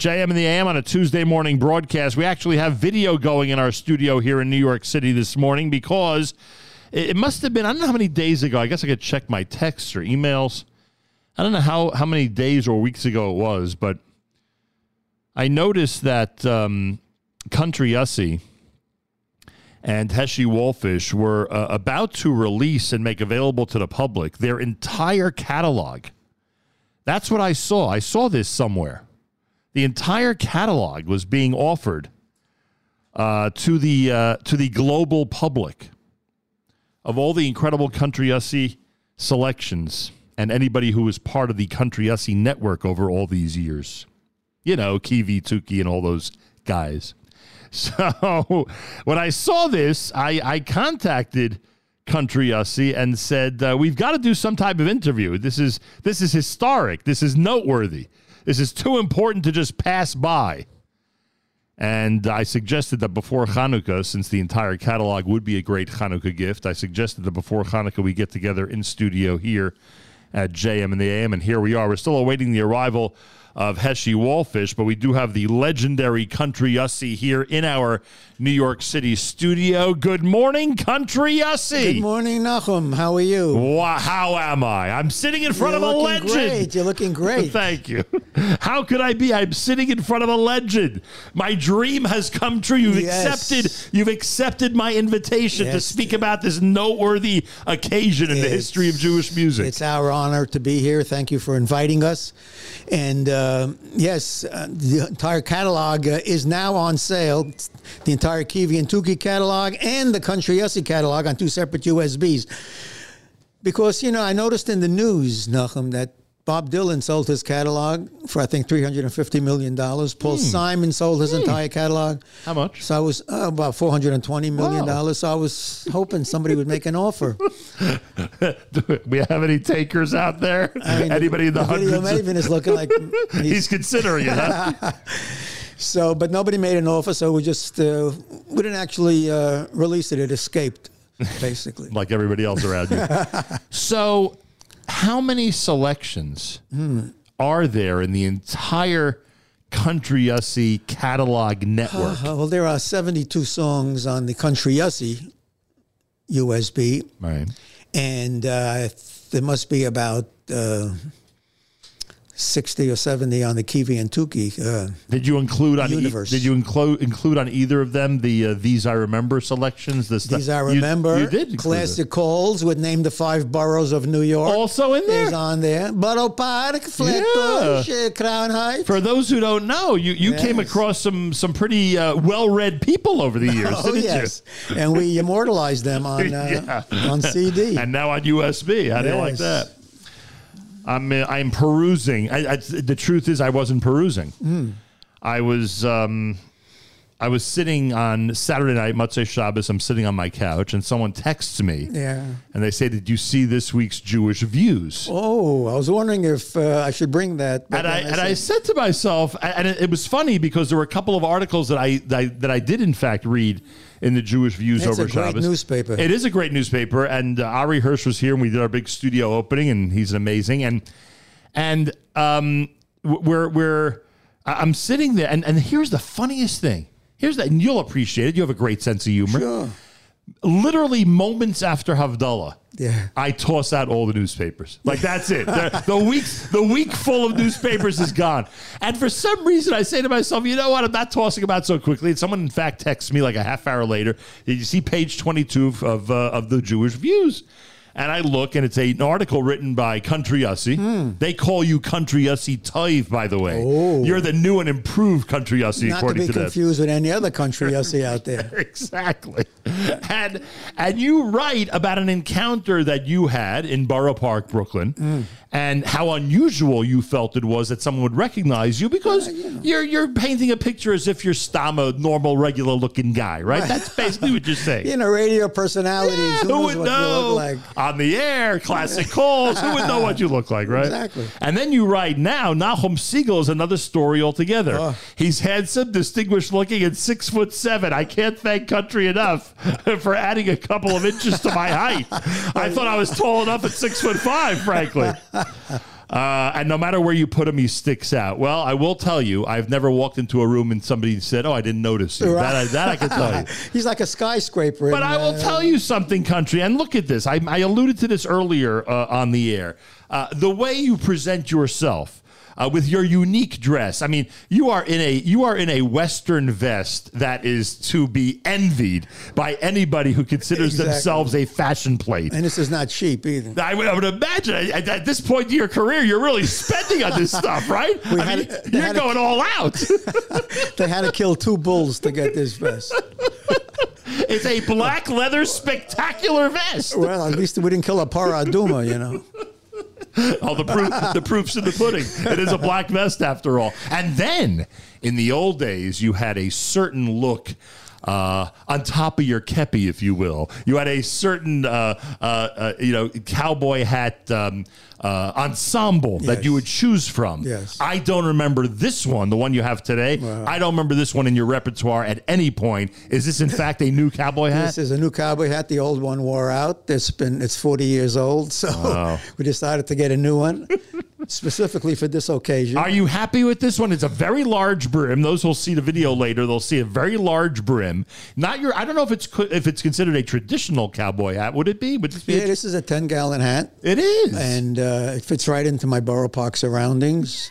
JM and the AM on a Tuesday morning broadcast. We actually have video going in our studio here in New York City this morning because it it must have been, I don't know how many days ago. I guess I could check my texts or emails. I don't know how, how many days or weeks ago it was, but I noticed that um, Country Ussie and Heshi Wolfish were uh, about to release and make available to the public their entire catalog. That's what I saw. I saw this somewhere. The entire catalog was being offered uh, to the uh, to the global public of all the incredible Country Ussie selections and anybody who was part of the Country Ussie network over all these years. You know, Kiwi, Tuki, and all those guys. So when I saw this, I, I contacted Country Ussie and said, uh, "We've got to do some type of interview. This is this is historic. This is noteworthy. This is too important to just pass by." And I suggested that before Hanukkah, since the entire catalog would be a great Hanukkah gift, I suggested that before Hanukkah we get together in studio here at JM and the AM. And here we are. We're still awaiting the arrival of Heshi Wallfish, but we do have the legendary Country Yussie here in our New York City studio. Good morning, Country Yussie. Good morning, Nachum. How are you? Wow, how am I? I'm sitting in front You're of a looking legend. Great. You're looking great. Thank you. How could I be? I'm sitting in front of a legend. My dream has come true. You've Yes. accepted. You've accepted my invitation to Yes. speak about this noteworthy occasion in the It's- history of Jewish music. It's our honor to be here. Thank you for inviting us. And uh, yes, uh, the entire catalog uh, is now on sale. It's the entire Kiwi and Tuki catalog and the Country Yossi catalog on two separate USBs. Because, you know, I noticed in the news, Nachum, that Bob Dylan sold his catalog for, I think, $350 million. Paul Hmm. Simon sold his entire catalog. How much? So I was uh, about $420 million. Wow. So I was hoping somebody would make an offer. Do we have any takers out there? I mean, Anybody in the, Video hundreds? of- Maven is looking like he's he's considering it. Huh? so, but nobody made an offer, so we just uh, we didn't actually uh, release it. It escaped, basically. like everybody else around you. so, how many selections Hmm. are there in the entire Country Ussie catalog network? Uh, well, there are seventy-two songs on the Country Yussie USB, Right. and uh, there must be about uh, sixty or seventy on the Kiwi and Tuki. Uh, Did you include on e- Universe. did you include include on either of them the uh, these I remember selections? This these I remember. You, you did include classic calls would name the five boroughs of New York. it. also in is there. on there. Borough Park, Flatbush, uh, Crown Heights. For those who don't know, you, you came Yes. across some some pretty uh, well read people over the years, Oh didn't yes, and we immortalized them on uh, on CD. you? And now on USB. How do you like Yes. that? I'm uh, I'm perusing. I, I, the truth is, I wasn't perusing. Hmm. I was um, I was sitting on Saturday night, Matzah Shabbos. I'm sitting on my couch, and someone texts me. yeah. and they say, "Did you see this week's Jewish views?" Oh, I was wondering if uh, I should bring that. but and I then and I said, said to myself, and it, it was funny because there were a couple of articles that I that I, that I did in fact read in the Jewish views It's over a great Shabbos. newspaper. It is a great newspaper, and uh, Ari Hirsch was here, and we did our big studio opening, and he's amazing, and and um, w- we're we're I- I'm sitting there, and and here's the funniest thing. Here's that, and you'll appreciate it. You have a great sense of humor. "Sure." literally moments after Havdalah, Yeah. I toss out all the newspapers. Like that's it. the, the weeks, the week full of newspapers is gone. And for some reason, I say to myself, you know what? I'm not tossing them out so quickly. And someone, in fact, texts me like a half hour later. Did you see page 22 of of, uh, of the Jewish Views? And I look, and it's a, an article written by Country Yossi. Hmm. They call you Country Yossi Toiv, by the way. You're the new and improved Country Yossi, Oh. Not to according be to this confused with any other country I see out there. exactly. And and you write about an encounter that you had in Borough Park, Brooklyn, and how unusual you felt it was that someone would recognize you because you're you're painting a picture as if you're stam a normal, regular looking guy, right? That's basically what you're saying. You know, radio personalities. Yeah, knows who would what you know? look like? On the air, classic calls. Who would know what you look like, right? Exactly. And then you write now, Nahum Siegel is another story altogether. Oh. He's handsome, distinguished looking, and six foot seven. I can't thank country enough for adding a couple of inches to my height. I thought I was tall enough at six foot five, frankly. Uh, and no matter where you put him, he sticks out. Well, I will tell you, I've never walked into a room and somebody said, "Oh, I didn't notice you." That, I, that I can tell you. He's like a skyscraper. But in, I will uh, tell you something, country. And look at this. I, I alluded to this earlier uh, on the air. Uh, the way you present yourself. Uh, with your unique dress, I mean, you are in a you are in a western vest that is to be envied by anybody who considers Exactly. themselves a fashion plate. And this is not cheap either. I would, I would imagine at, at this point in your career, you're really spending on this stuff, right? I had- mean, they you're had a- going all out. they had to kill two bulls to get this vest. it's a black leather spectacular vest. Well, at least we didn't kill a paraduma, you know. All the proof, the proof's in the pudding. It is a black vest after all. And then in the old days, you had a certain look. Uh, on top of your kepi, if you will, you had a certain, uh, uh, uh, you know, cowboy hat um, uh, ensemble that you Yes. would choose from. Yes. I don't remember this one, the one you have today. I don't remember this one in your repertoire at any point. Is this in fact a new cowboy hat? This is a new cowboy hat. The old one wore out. It's been it's 40 years old, so we decided to get a new one specifically for this occasion. Are you happy with this one? It's a very large brim. Those who'll see the video later, they'll see a very large brim. Not your. I don't know if it's co- if it's considered a traditional cowboy hat. Would it be? Would this be? yeah, this is a 10 gallon hat, it is. and uh, it fits right into my borough park surroundings.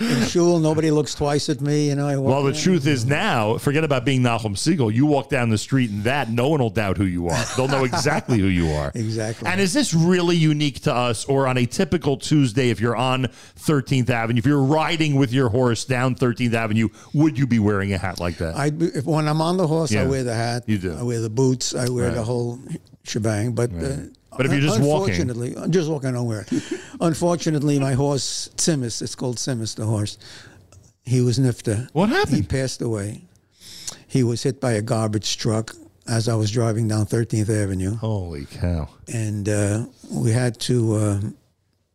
In shul, nobody looks twice at me. You know, I walk well, the around. truth is now, forget about being Nahum Siegel. You walk down the street in that, no one will doubt who you are. They'll know exactly who you are. Exactly. And is this really unique to us, or on a typical Tuesday, if you're on 13th Avenue, if you're riding with your horse down 13th Avenue, would you be wearing a hat like that? I if when I'm on the horse, I Yeah. wear the hat. You do. I wear the boots. I wear the Right. whole shebang. But uh, But if you're just walking- unfortunately, I'm just walking, I don't wear it. unfortunately, my horse Simus, it's called Simus, the horse. He was nifter. What He happened? passed away. He was hit by a garbage truck as I was driving down 13th Avenue, Holy cow. and uh, we had to uh,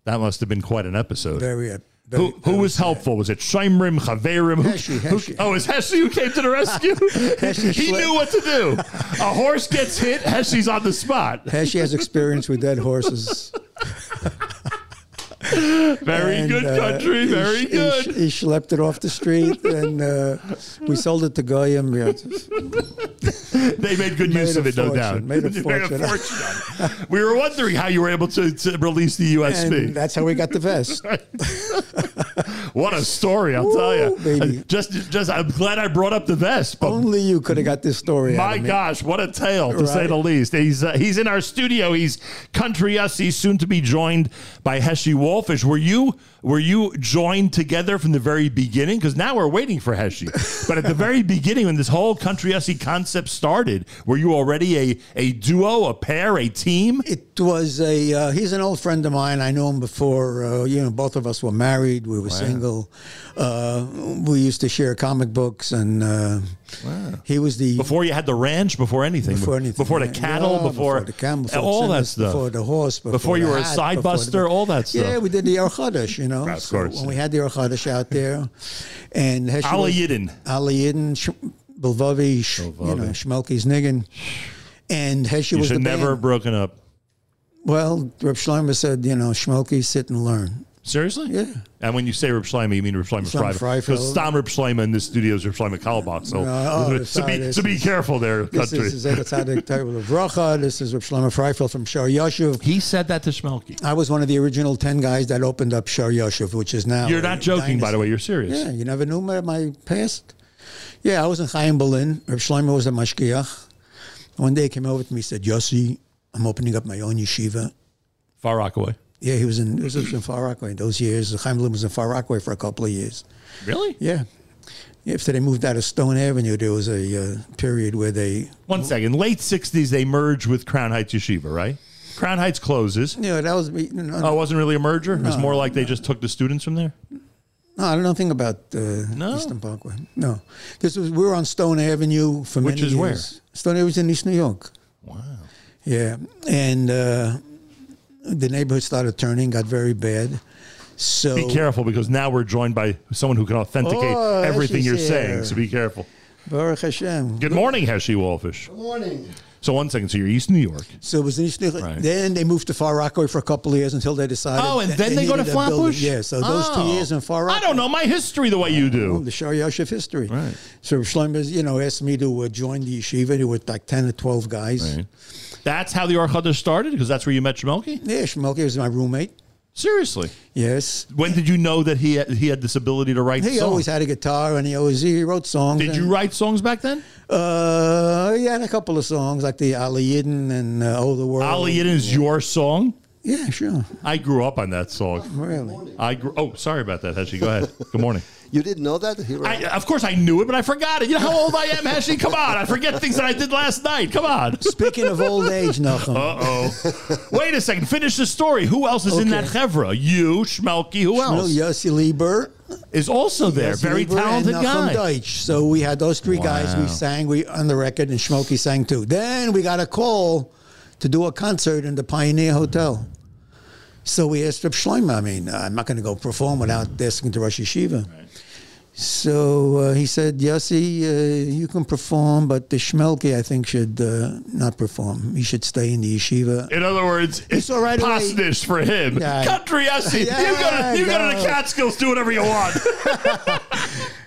That must have been quite an episode. bury it. Who, who was helpful? Was it Shimrim, Chaverim? Who- Heshi, who- Heshi. Oh, it's Heshi who came to the rescue? he Schle- knew what to do. A horse gets hit, Heshi's on the spot. Pesci has experience with dead horses. Very And, good uh, country, he very sh- he good. sh- He, schlepped it off the street, and uh, we sold it to Goyim. Yeah, they made good use a of it, no fortune, doubt. made a They fortune. fortune on it. we were wondering how you were able to, to release the and USB. that's how we got the vest. what a story, I'll tell you. Woo, baby. Just, just, I'm glad I brought up the vest, but Only you could have got this story. out My of me. gosh, what a tale to Right. say the least. He's uh, he's in our studio. He's country us. He's soon to be joined by Heshy Wolfish. Were you were you joined together from the very beginning? Because now we're waiting for Heshy. but at the very beginning, when this whole country ussy concept started, were you already a a duo, a pair, a team? It was a. Uh, he's an old friend of mine. I know him before. Uh, you know, both of us were married. We were single. Uh, we used to share comic books, and uh, he was the Before you had the ranch, before anything, before anything, before the yeah. cattle, Yeah, before, the camel, before all the that sinners, stuff. before the horse, before, Before you the were a hat, side before the- buster, all that stuff. Yeah, we did the Yerchadash, you know. Of course. when we had the Yerchadash out there, and Heshi Ali was- Yidden. Ali Yidden, Sh- Bilvavi, Sh- you know, Shmelky's Niggin, and Heshi you was the should never have band. broken up. Well, Reb Shlomo said, you know, Shmelky, sit and learn. Seriously? Yeah. And when you say Rip Schleimer, you mean Rip Schleimer Schleimer Freiberg. Freifeld. Because Stom Rip Schleimer in this studio is Rip Schleimer Kalbach. So, No, oh, so, sorry, be, so be this careful there, This country. is Zegat Tzadik Tevel of Bracha. This is Reb Shlomo Freifeld from Shar Yashuv. he said that to Schmelke. I was one of the original ten guys that opened up Shar Yashuv, which is now You're a not joking, by dynasty. the way. You're serious. Yeah, you never knew my, my past. Yeah, I was in Chaim Berlin. Reb Shlomo was a mashgiach. One day he came over to me and said, Yossi, I'm opening up my own yeshiva. Far Rockaway. Yeah, he was in, he was in Far Rockaway in those years. Chaim Berlin was in Far Rockaway for a couple of years. Really? Yeah. After they moved out of Stone Avenue, there was a uh, period where they, One second. Late 60s, they merged with Crown Heights Yeshiva, right? Crown Heights closes. you know, that was, you know, Oh, it wasn't really a merger. It was more like they just took the students from there. no, I don't know anything about uh, No? Eastern Parkway. No. This was, we were on Stone Avenue for Which many is where? years. Stone Avenue was in East New York. Wow. Yeah, and uh, the neighborhood started turning, got very bad. So Be careful because now we're joined by someone who can authenticate Oh, everything she's you're here. saying. So be careful. Baruch Hashem. Good morning, Heshi Wolfish. Morning. So one second. So you're East New York. So it was initially. Right. Then they moved to Far Rockaway for a couple of years until they decided. Oh, and that then they go to needed a building. Flatbush. Yeah. So those two Oh. years in Far I Rockaway. don't know my history the way you do. The Sharyoshev of history. Right. So Shlomo, you know, asked me to uh, join the yeshiva. There were like ten or twelve guys. That's how the Orchada started because that's where you met Shmelky. Yeah, Shmuelke was my roommate. Seriously, Yes. when did you know that he had, he had this ability to write? He songs? always had a guitar, and he always he wrote songs. Did and- you write songs back then? Uh, yeah, and a couple of songs like the Ali Yidden and uh, Oh the World. Ali, it is your song. Yeah, sure. I grew up on that song. Really. I grew. Oh, sorry about that, Heshi. Go ahead. Good morning. You didn't know that? He wrote- I, uh, of course, I knew it, but I forgot it. You know how old I am, Heshi. Come on, I forget things that I did last night. Come on. Speaking of old age, nothing. Uh oh. Wait a second. Finish the story. Who else is in that Okay. chevra? You, Schmelke. Who Well, else Yossi Lieber. is also there? Yossi Very Lieber talented and uh, Nachum guy. Deutsch. So we had those three guys. Wow. We sang we on the record, and Schmokey sang too. Then we got a call to do a concert in the Pioneer Hotel. So we asked Reb Shlomo. I mean, I'm not going to go perform without asking the Rosh Yeshiva. So uh, he said, Yossi, uh, you can perform, but the Schmelke, I think, should uh, not perform. He should stay in the yeshiva. In other words, it's all right away. posnish for him. Yeah. Country Essie. Yeah, you go to, you go to the no. Catskills, do whatever you want.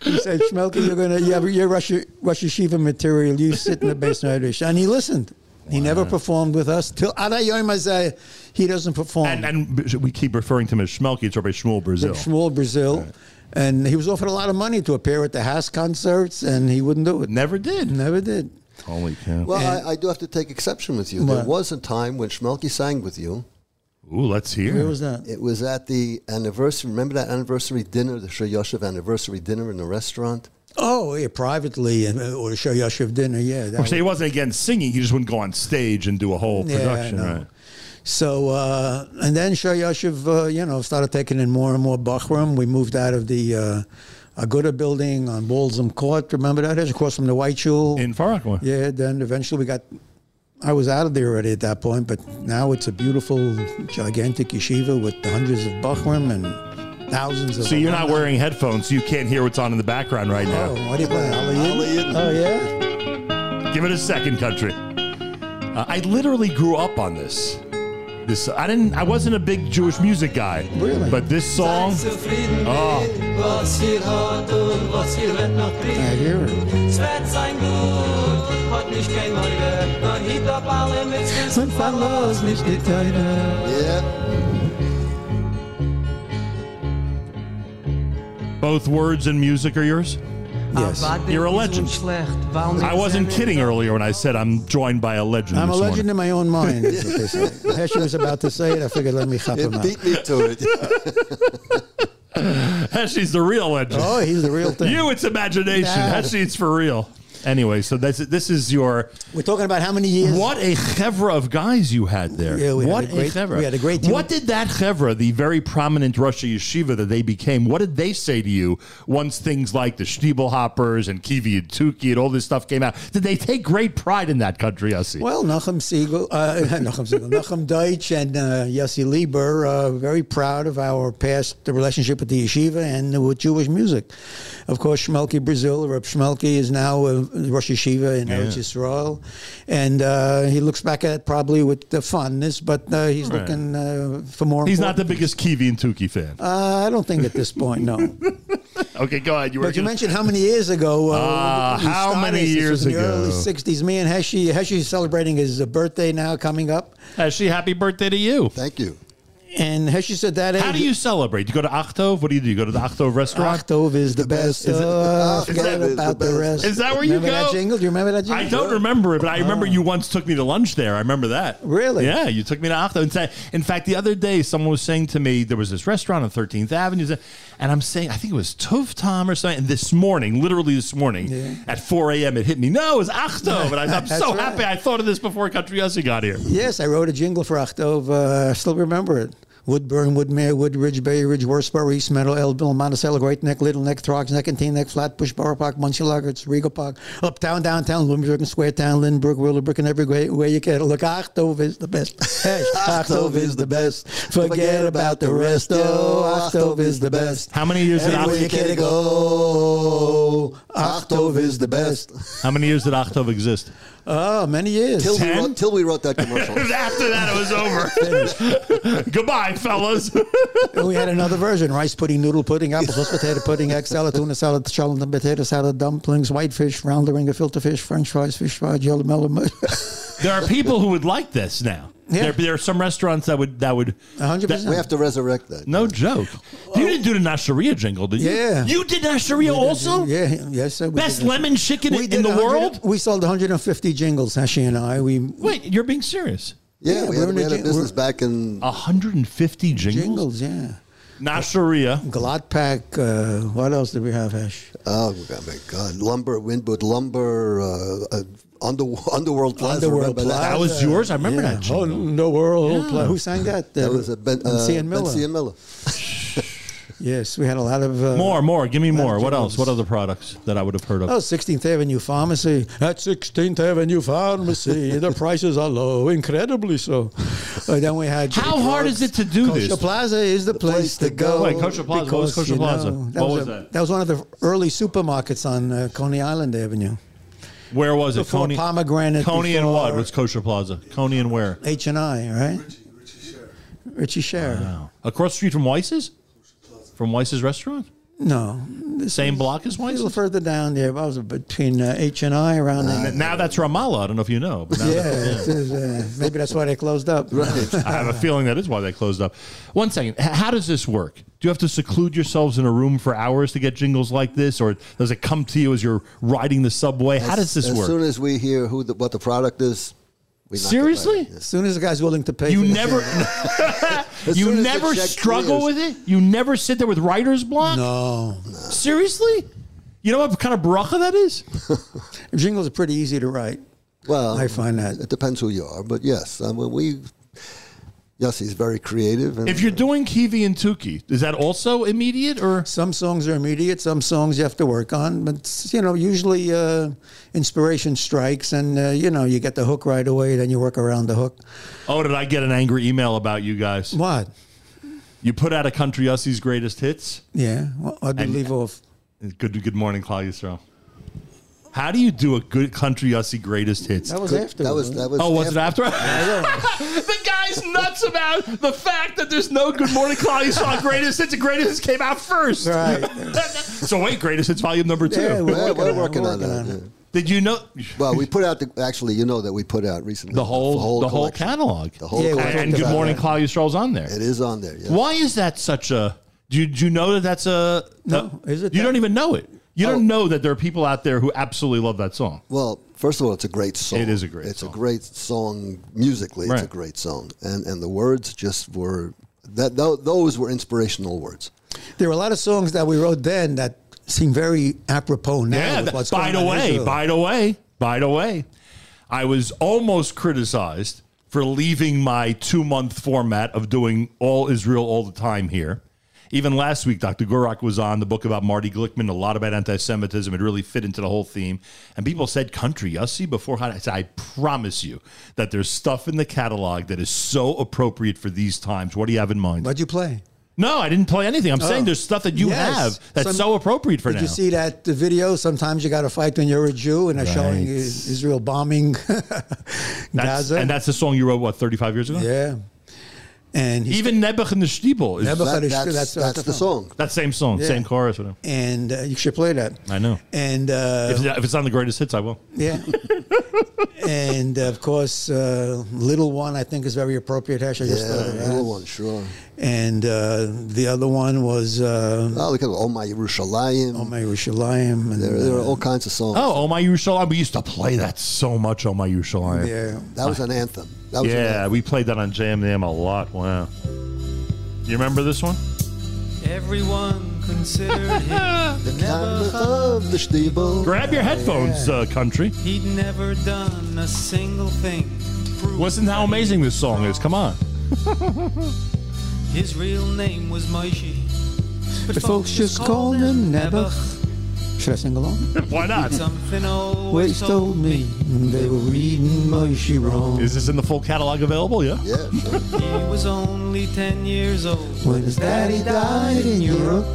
He said, Schmelke, you're gonna you have your Rosh, Rosh Yeshiva material. You sit in the basement, of Rosh." and he listened. He never performed with us till Adayom Hazeh. He doesn't perform. and, and we keep referring to him as Schmelke. It's Rabbi Shmuel Brazil. Shmuel Brazil, and he was offered a lot of money to appear at the house concerts, and he wouldn't do it. Never did. Never did. Holy cow. well, I, I do have to take exception with you. There What? was a time when Schmelke sang with you. Ooh, let's hear. Where was that? It was at the anniversary. Remember that anniversary dinner, the Shreyoshev anniversary dinner in the restaurant? Oh, yeah, privately, and uh, or to show Yashiv dinner. Yeah, that Or say he wasn't against singing. He just wouldn't go on stage and do a whole Yeah, production. no. right? So, uh, and then Shoyashiv, uh, you know, started taking in more and more Bachram. We moved out of the uh, Aguda building on Walsham Court. Remember that? It's across from the White Shul. In Far Rockaway. yeah, then eventually we got, I was out of there already at that point, but now it's a beautiful, gigantic yeshiva with hundreds of Bachram and thousands of. So you're not alumni. wearing headphones. So you can't hear what's on in the background right now. Oh, what do you play? Ali Aliyah. Oh, yeah? Give it a second, country. Uh, I literally grew up on this. This I didn't. I wasn't a big Jewish music guy. Really? But this song. Seid zufrieden Oh. mit, was ihr hat und was ihr werdet noch kriegen. I hear it. Es wird sein gut, hat nicht kein Neuer, man hit ab alle mit Füßen, verlass mich nicht deine. Yeah. Both words and music are yours? Yes. You're a legend. I wasn't kidding earlier when I said I'm joined by a legend. I'm a this legend morning. in my own mind. is what they say. Heshi was about to say it. I figured let me hop It him out. beat me to it. Heshi's the real legend. Oh, he's the real thing. You, it's imagination. Nah. Heshi, it's for real. Anyway, so that's this is your We're talking about how many years? what a chevra of guys you had there. Yeah, we had what a great- chevra. we had a great team. What did that chevra, the very prominent Russia yeshiva that they became, what did they say to you once things like the Stiebel Hoppers and Kivi and Tuki and all this stuff came out? Did they take great pride in that country, Yossi? Well, Nachum Siegel, uh, Nachum Siegel, Nachum Deutsch, and uh, Yossi Lieber, uh, very proud of our past the relationship with the yeshiva and with Jewish music. Of course, Shmelki Brazil, Reb Shmelki, is now uh, Rosh Yeshiva in Eretz Yisrael, and uh, he looks back at it probably with the fondness, but uh, he's Right. looking uh, for more. He's not the important- biggest Kivi and Tuki fan. Uh, I don't think at this point, no. okay, go ahead. You were But you gonna- mentioned how many years ago? Uh, Ah, we how started. many This years was in the ago? Early '60s. Me and Heshi. Heshi's celebrating his uh, birthday now, coming up. Heshi, happy birthday to you. Thank you. And Heshi said that. How do you celebrate? You go to Achtov? What do you do? You go to the Achtov restaurant? Octove is the best. Is it- Oh, I Octave forgot is the about the, best. rest. Is that where you remember go? That jingle? Do you remember that jingle? I don't remember it, but I remember you once took me to lunch there. I remember that. Oh. Really? Yeah, you took me to Achtov. And say, in fact, the other day, someone was saying to me there was this restaurant on 13th Avenue, and I'm saying I think it was Tov Tom or something. And this morning, literally this morning at 4 a.m., it hit me. No, it was Achtov, and I, I'm That's so right. happy I thought of this before Country Yossi got here. Yes, I wrote a jingle for Octove. Uh, I still remember it. Woodburn, Woodmere, Woodridge, Bay Ridge, Worsboro, East Meadow, Elville, Monticello, Great Neck, Little Neck, Throgs Neck, and Teen Neck, Flatbush, Borough Park, Muncie Laggards, Regal Park, Uptown, Downtown, Bloomsburg, and Square Town, Lindbergh, Willowbrook, and everywhere where you can. Look, Octove is the best. Hey, Octove is the best. Forget about the rest. Oh, Octove is the best. How many years did Anywhere Achtov? you can go, Octave is the best. How many years did Octave exist? Oh, many years. Till we, Ten? wrote, till we wrote that commercial. After that, it was over. Goodbye, fellas. And Oh, we had another version: rice pudding, noodle pudding, applesauce, potato pudding, egg salad, tuna salad, shallot and potato salad, dumplings, whitefish, round ringer, filter fish, French fries, fish fry, jelly melon. mu- there are people who would like this now. Yeah. There, there are some restaurants that would that would. A hundred that- percent. we have to resurrect that. No joke. You didn't do the Nasharia jingle, did you? Yeah. You did Nasharia also. Yeah, yes, sir. we Best did that. lemon chicken We in did the 100 world. We sold 150 jingles, Hashi and I. We Wait, you're being serious. Yeah, Yeah, we we're had, in we a had a jing- business we're- back in. 150 jingles. jingles, yeah. Nasharia. Glot pack. Uh, what else did we have, Hash? Oh God, my God! Lumber, Windwood, lumber, uh, uh, under, underworld plaza. Underworld remember that? That was yours. I remember yeah. that jingle. Oh, no world. Yeah. Pla- Who sang that? That was a Ben, uh, C. N. Miller. Ben C. and Miller. Yes, we had a lot of. Uh, More, more. Give me more. What else? jingles. What other products that I would have heard of? Oh, 16th Avenue Pharmacy. At 16th Avenue Pharmacy, the prices are low, incredibly so. Uh, then we had. How hard is it to do Kosher this? Plaza is the, place, to go. Wait, Kosher Plaza, what was Kosher you Plaza? that What was, was a- that? That was one of the early supermarkets on uh, Coney Island Avenue. Where was it? Before pomegranate, Coney and what? before- What's Kosher Plaza? Coney and where? H and I, right? Richie Sherry. Wow. Across the street from Weiss's? From Weiss's restaurant? No, this Same block as a little Weiss's? further down there. but I was between uh, H and I around. there. Now that's Ramallah. I don't know if you know. But now yeah, that- it is, uh, maybe that's why they closed up. I have a feeling that is why they closed up. One second. H- How does this work? Do you have to seclude yourselves in a room for hours to get jingles like this, or does it come to you as you're riding the subway? How does this as work? soon as we hear who the, what the product is, we knock it Seriously? right out. As soon as the guy's willing to pay, You for the never, shit. you soon as the never check struggle clears. with it. You never sit there with writer's block. No, Seriously, you know what kind of bracha that is? jingles are pretty easy to write. Well, I find that. it depends who you are, but yes, I mean, we. Yossi's very creative. And If you're doing Kiwi and Tuki, is that also immediate or? Some songs are immediate. Some songs you have to work on. But you know, usually uh, inspiration strikes, and uh, you know, you get the hook right away. Then you work around the hook. Oh, did I get an angry email about you guys? What? You put out a country Ussie's greatest hits. Yeah, well, I believe off. Good Good morning, Claudia Stroh. How do you do a good country Ussie greatest hits? That was after. that was that was. oh, was after- it after? the guy's nuts about the fact that there's no Good Morning Claudia Stroh greatest hits. The greatest hits came out first. Right. so wait, greatest hits volume number two. Yeah, we're Yeah, working, we're on, it, working we're on that. it. yeah. Did you know Well, we put out the actually, you know that we put out recently the whole, the whole collection. catalog? The whole Yeah, we and, collection. and Good about Morning that. Claudia Stroh's on there. It is on there. Yeah. Why is that such a? Do you, do you know that that's a? No, is it You that- don't even know it. You don't Oh. know that there are people out there who absolutely love that song. Well, first of all, it's a great song. It is a great It's song. a great song musically. It's a Right. great song, and and the words just were that tho- those were inspirational words. There were a lot of songs that we wrote then that seem very apropos now. Yeah. with that- Oh, what's by going the on in way, Israel. by the way, by the way, I was almost criticized for leaving my two month format of doing all Israel all the time here. Even last week, Dr. Gorak was on the book about Marty Glickman, a lot about anti Semitism. It really fit into the whole theme. And people said country, Yossi, before I said, I promise you that there's stuff in the catalog that is so appropriate for these times. What do you have in mind? what'd you play? no, I didn't play anything. I'm saying there's stuff that you Oh. Yes. have that's Some- so appropriate for Did now. you see that the video? Sometimes you got to fight when you're a Jew, and they're showing Right. is- Israel bombing That's- Gaza. And that's the song you wrote, what, 35 years ago? yeah, and he's, Even Nebuch and the Stiebel is Nebuch- That- That's- that's, that's- that's, that's the the song. that same song, same chorus. Whatever. and uh, you should play that. I know. And uh, If, if it's on the greatest hits, I will. yeah. and of course, uh, little one I think is very appropriate. Hash, I just Yeah, thought of the that. other one, sure. and uh, the other one was uh, Oh, look at Oh My Yerushalayim. Oh My Yerushalayim. And, there, there are uh, all kinds of songs. Oh, Oh My Yerushalayim. We used to play that so much, Oh My Yerushalayim. yeah. that was an anthem. That was an Yeah, anthem. we played that on Jam Jam a lot. Wow. You remember this one? Everyone considered him the Time never of the Stiebel. Grab your headphones, uh, country. He'd never done a single thing. to prove Listen to how that he amazing was this song is. wrong. Come on. His real name was Moshe. But, folks just called him Nebuch. Should I sing along? Why not? Something Always always told me they were reading Moshe wrong. Is this in the full catalog available? Yeah. Yeah, sure. he was only 10 years old. When his daddy died in Europe,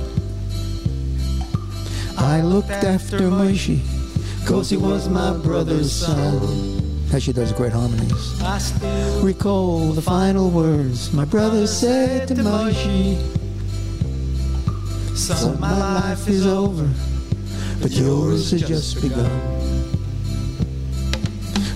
I I looked after Moshe, cause he was my brother's son. How she does great harmonies. I still Recall the final words my brother said to Moshe. Son, My life is over, but yours has just begun.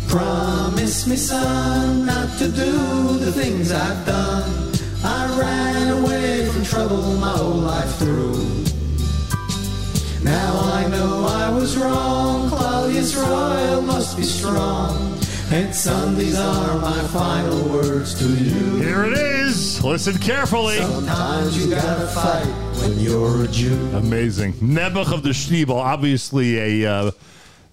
Promise me, son, not to do the things I've done. I ran away from trouble my whole life through. Now I know I was wrong. Claudius Royal must be strong. And son, these are my final words to you. Here it is. Listen carefully. Sometimes you gotta fight when you're a Jew. Amazing. Nebuch of the Shneebel, obviously a, uh,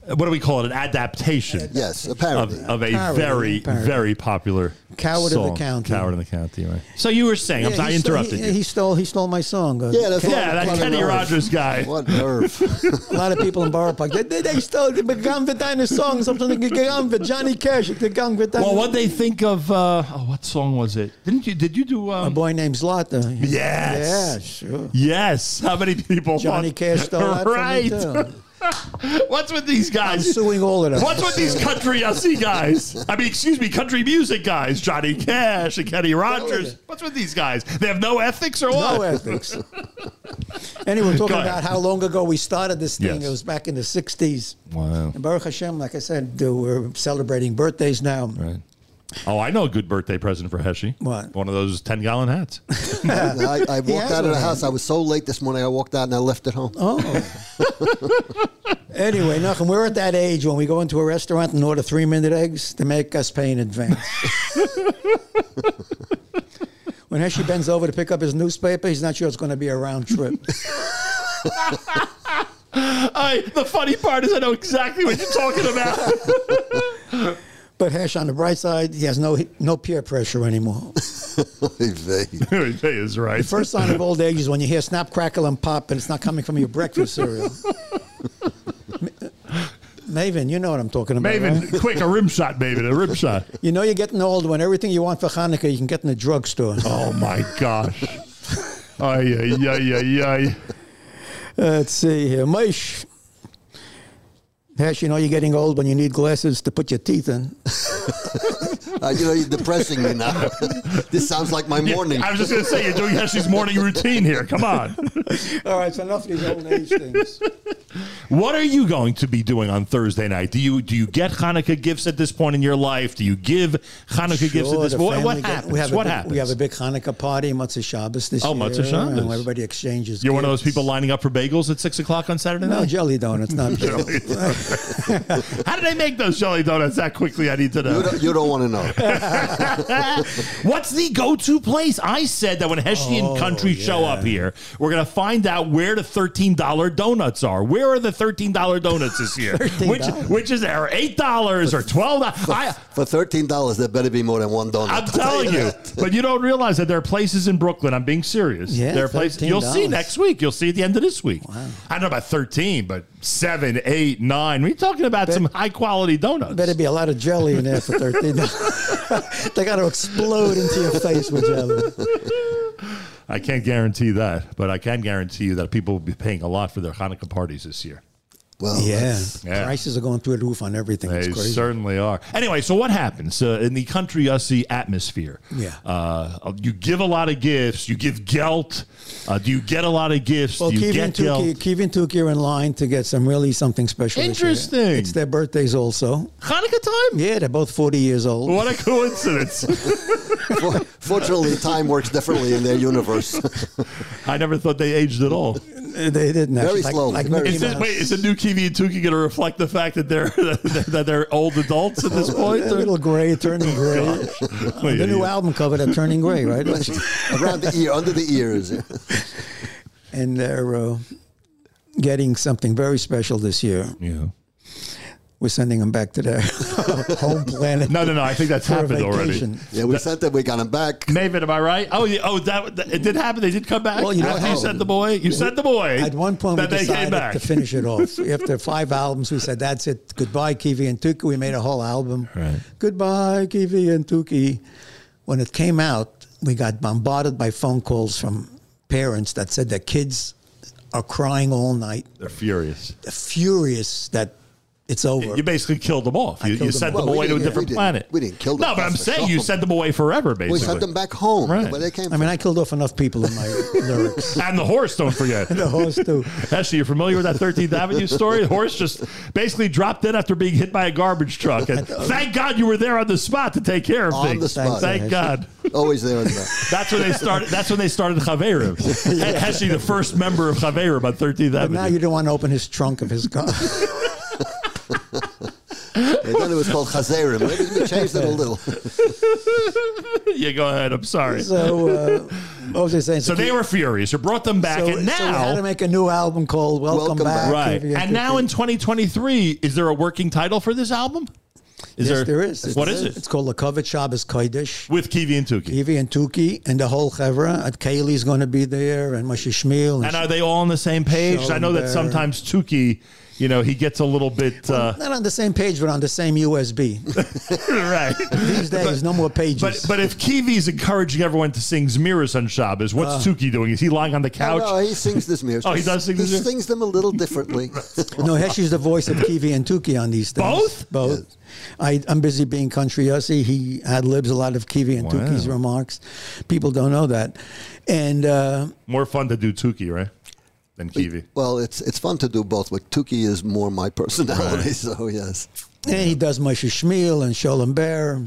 what do we call it? An adaptation. Yes, Of, apparently. of a Parody, very, parody. very popular Coward of the song. County. Coward in the County, right? So you were saying, I'm, Yeah, I he stole- interrupted he, you. He stole, he stole my song. Uh, yeah, that's yeah, what- that what a Kenny nerve. Rogers guy. What nerve. A lot of people in Borough Park, they, they, they stole the Gam Vidana song, something the Gam Vidana, Johnny Cash, the Gam Vidana. Well, what they think of? Uh, oh, what song was it? Didn't you? Did you do? A Um, Oh, boy named Zlata. Yes. Yeah, sure. yes. How many people? Johnny want- Cash stole that right. from me too. What's with these I'm guys? suing all of them. What's with these country UC guys? I mean, excuse me, country music guys, Johnny Cash and Kenny Rogers. What's with these guys? They have no ethics or what? No ethics. anyway, we're talking Go ahead. about how long ago we started this thing. Yes. It was back in the 60s. Wow. And Baruch Hashem, like I said, uh, we're celebrating birthdays now. Right. Oh, I know a good birthday present for Heshi. What? One of those 10 gallon hats. I, I has walked out of one. the house. I was so late this morning. I walked out and I left it home. Oh. anyway, Nachum, we're at that age when we go into a restaurant and order three minute eggs to make us pay in advance. when Heshi bends over to pick up his newspaper, he's not sure it's going to be a round trip. I, the funny part is, I know exactly what you're talking about. But Hesh, on the bright side, he has no no peer pressure anymore. he is right. First sign of old age is when you hear snap, crackle, and pop, and it's not coming from your breakfast cereal. Ma- Maven, you know what I'm talking about. right? Maven, quick, a rim shot, Maven, a rim shot. You know you're getting old when everything you want for Hanukkah you can get in the drugstore. Oh my gosh. Ay, ay, ay, ay, ay. Let's see here. Maish. Hesh, you know you're getting old when you need glasses to put your teeth in. Uh, you know, you're depressing me now. this sounds like my morning. I was just going to say, you're doing Heshi's morning routine here. Come on. All right, so enough of these old age things. What are you going to be doing on Thursday night? Do you do you get Hanukkah gifts at this point in your life? Do you give Hanukkah gifts at Sure, this the point? What family get- happens? We have a what big, happens? We have a big Hanukkah party, Matzah Shabbos this Oh, year. Matzah Shabbos. and everybody exchanges. you're one of those gifts. people lining up for bagels at six o'clock on Saturday No, night. jelly donuts, not How did they make those jelly donuts that quickly? I need to You know. don't, you don't want to know. What's the go-to place? I said that when Heshi Oh, and Country show up here, we're gonna find out where the thirteen dollar donuts are. Where are the thirteen dollar donuts this year? which $13. which is there? Eight dollars or twelve dollars? For thirteen dollars, there better be more than one donut. I'm telling you, but you don't realize that there are places in Brooklyn. I'm being serious. Yeah, there are places you'll see $13. next week. You'll see at the end of this week. I don't know about thirteen, but seven, eight, nine. We're talking about some high quality donuts. Better be a lot of jelly in there for thirteen. they got to explode into your face with jelly. I can't guarantee that, but I can guarantee you that people will be paying a lot for their Hanukkah parties this year. Well, Yeah. that's- Yeah. Oh, prices are going through the roof on everything. They It's crazy. certainly are. Anyway, so what happens uh, in the country USC atmosphere? Yeah. uh, you give a lot of gifts. You give gelt. Uh, do you get a lot of gifts? Well, do you Kiva get and, Tuki, gelt? Kiva and Tuki are in line to get some really something special. this year. Interesting. It's their birthdays also. Hanukkah time. Yeah, they're both forty years old. What a coincidence. for- fortunately, time works differently in their universe. I never thought they aged at all. They didn't. Very actually, like- slowly, Like, very Mickey Is this, Mouse. wait, is the new Kiwi and Tuki going to reflect the fact that they're that they're old adults at this point? a little gray, turning Oh, gray. Wait, The new yeah. album cover, they're turning gray, right? Around the ear, under the ears. and they're uh, getting something very special this year. Yeah. We're sending them back to their home planet. No, no, no. I think that's For a happened vacation. already. Yeah, we sent them. We got them back. Maven, am I right? Oh, yeah, oh, that, that- it did happen. They did come back. Well, you know After what you happened? sent the boy, you sent the boy. At one point, we then they came decided back. to finish it off. After five albums, we said, "That's it. Goodbye, Kiwi and Tuki." We made a whole album. Right. Goodbye, Kiwi and Tuki. When it came out, we got bombarded by phone calls from parents that said their kids are crying all night, They're furious. furious that it's over. You basically killed them off. You, killed you them sent all. them Well, we away to a didn't- different we didn't- planet. we didn't kill them, No, but I'm that's for saying you sure. sent them away forever, We basically. sent them back home. Right. Where they came I mean, I killed off enough people in my lyrics. and the horse, don't forget. The horse too. Actually, you're familiar with that 13th Avenue story? The horse just basically dropped in after being hit by a garbage truck. And thank God you were there on the spot to take care of On things. the spot. Thank God. from. Always there in the That's when they started. That's when they started Javerim. Actually, the first member of Javerim on 13th But Avenue. now you don't want to open his trunk of his car. And then it was called Chazerim. Maybe we changed it a little. yeah, go ahead. I'm sorry. So, so uh, what was I saying? they were furious. You brought them back, So, so and we had now to make a new album called Welcome, Welcome Back. Back. right, Kevi and now in 2023, is there a working title for this album? Is yes, there is. What It's- is it? It's called La Covet Shabbos Kodesh. With Kiwi and Tuki. Evie and Tuki and the whole Chevra. And Kaylee's going to be there, and Moshe Shmuel. And are they all on the same page? I know that Schoenberg. sometimes Tuki, you know, he gets a little bit uh, not on the same page, but on the same USB. right. These days, no more pages. But but if Kiwi's encouraging everyone to sing Zmiris on Shabbos, what's Tuki doing? Is he lying on the couch? No, he sings this mirror. Oh, he does sing He this mirror? sings them a little differently. No, Heshy's the voice of Kivi and Tuki on these things. Both? Both. I, I'm busy being country Yossi. He ad libs a lot of Kivi and Tuki's Wow. remarks. People don't know that. And uh, More fun to do Tuki, right? Than Kiwi. well, it's it's fun to do both, but Tuki is more my personality. So yes, and Eh, he does Moshe Shmuel and Sholem Ber.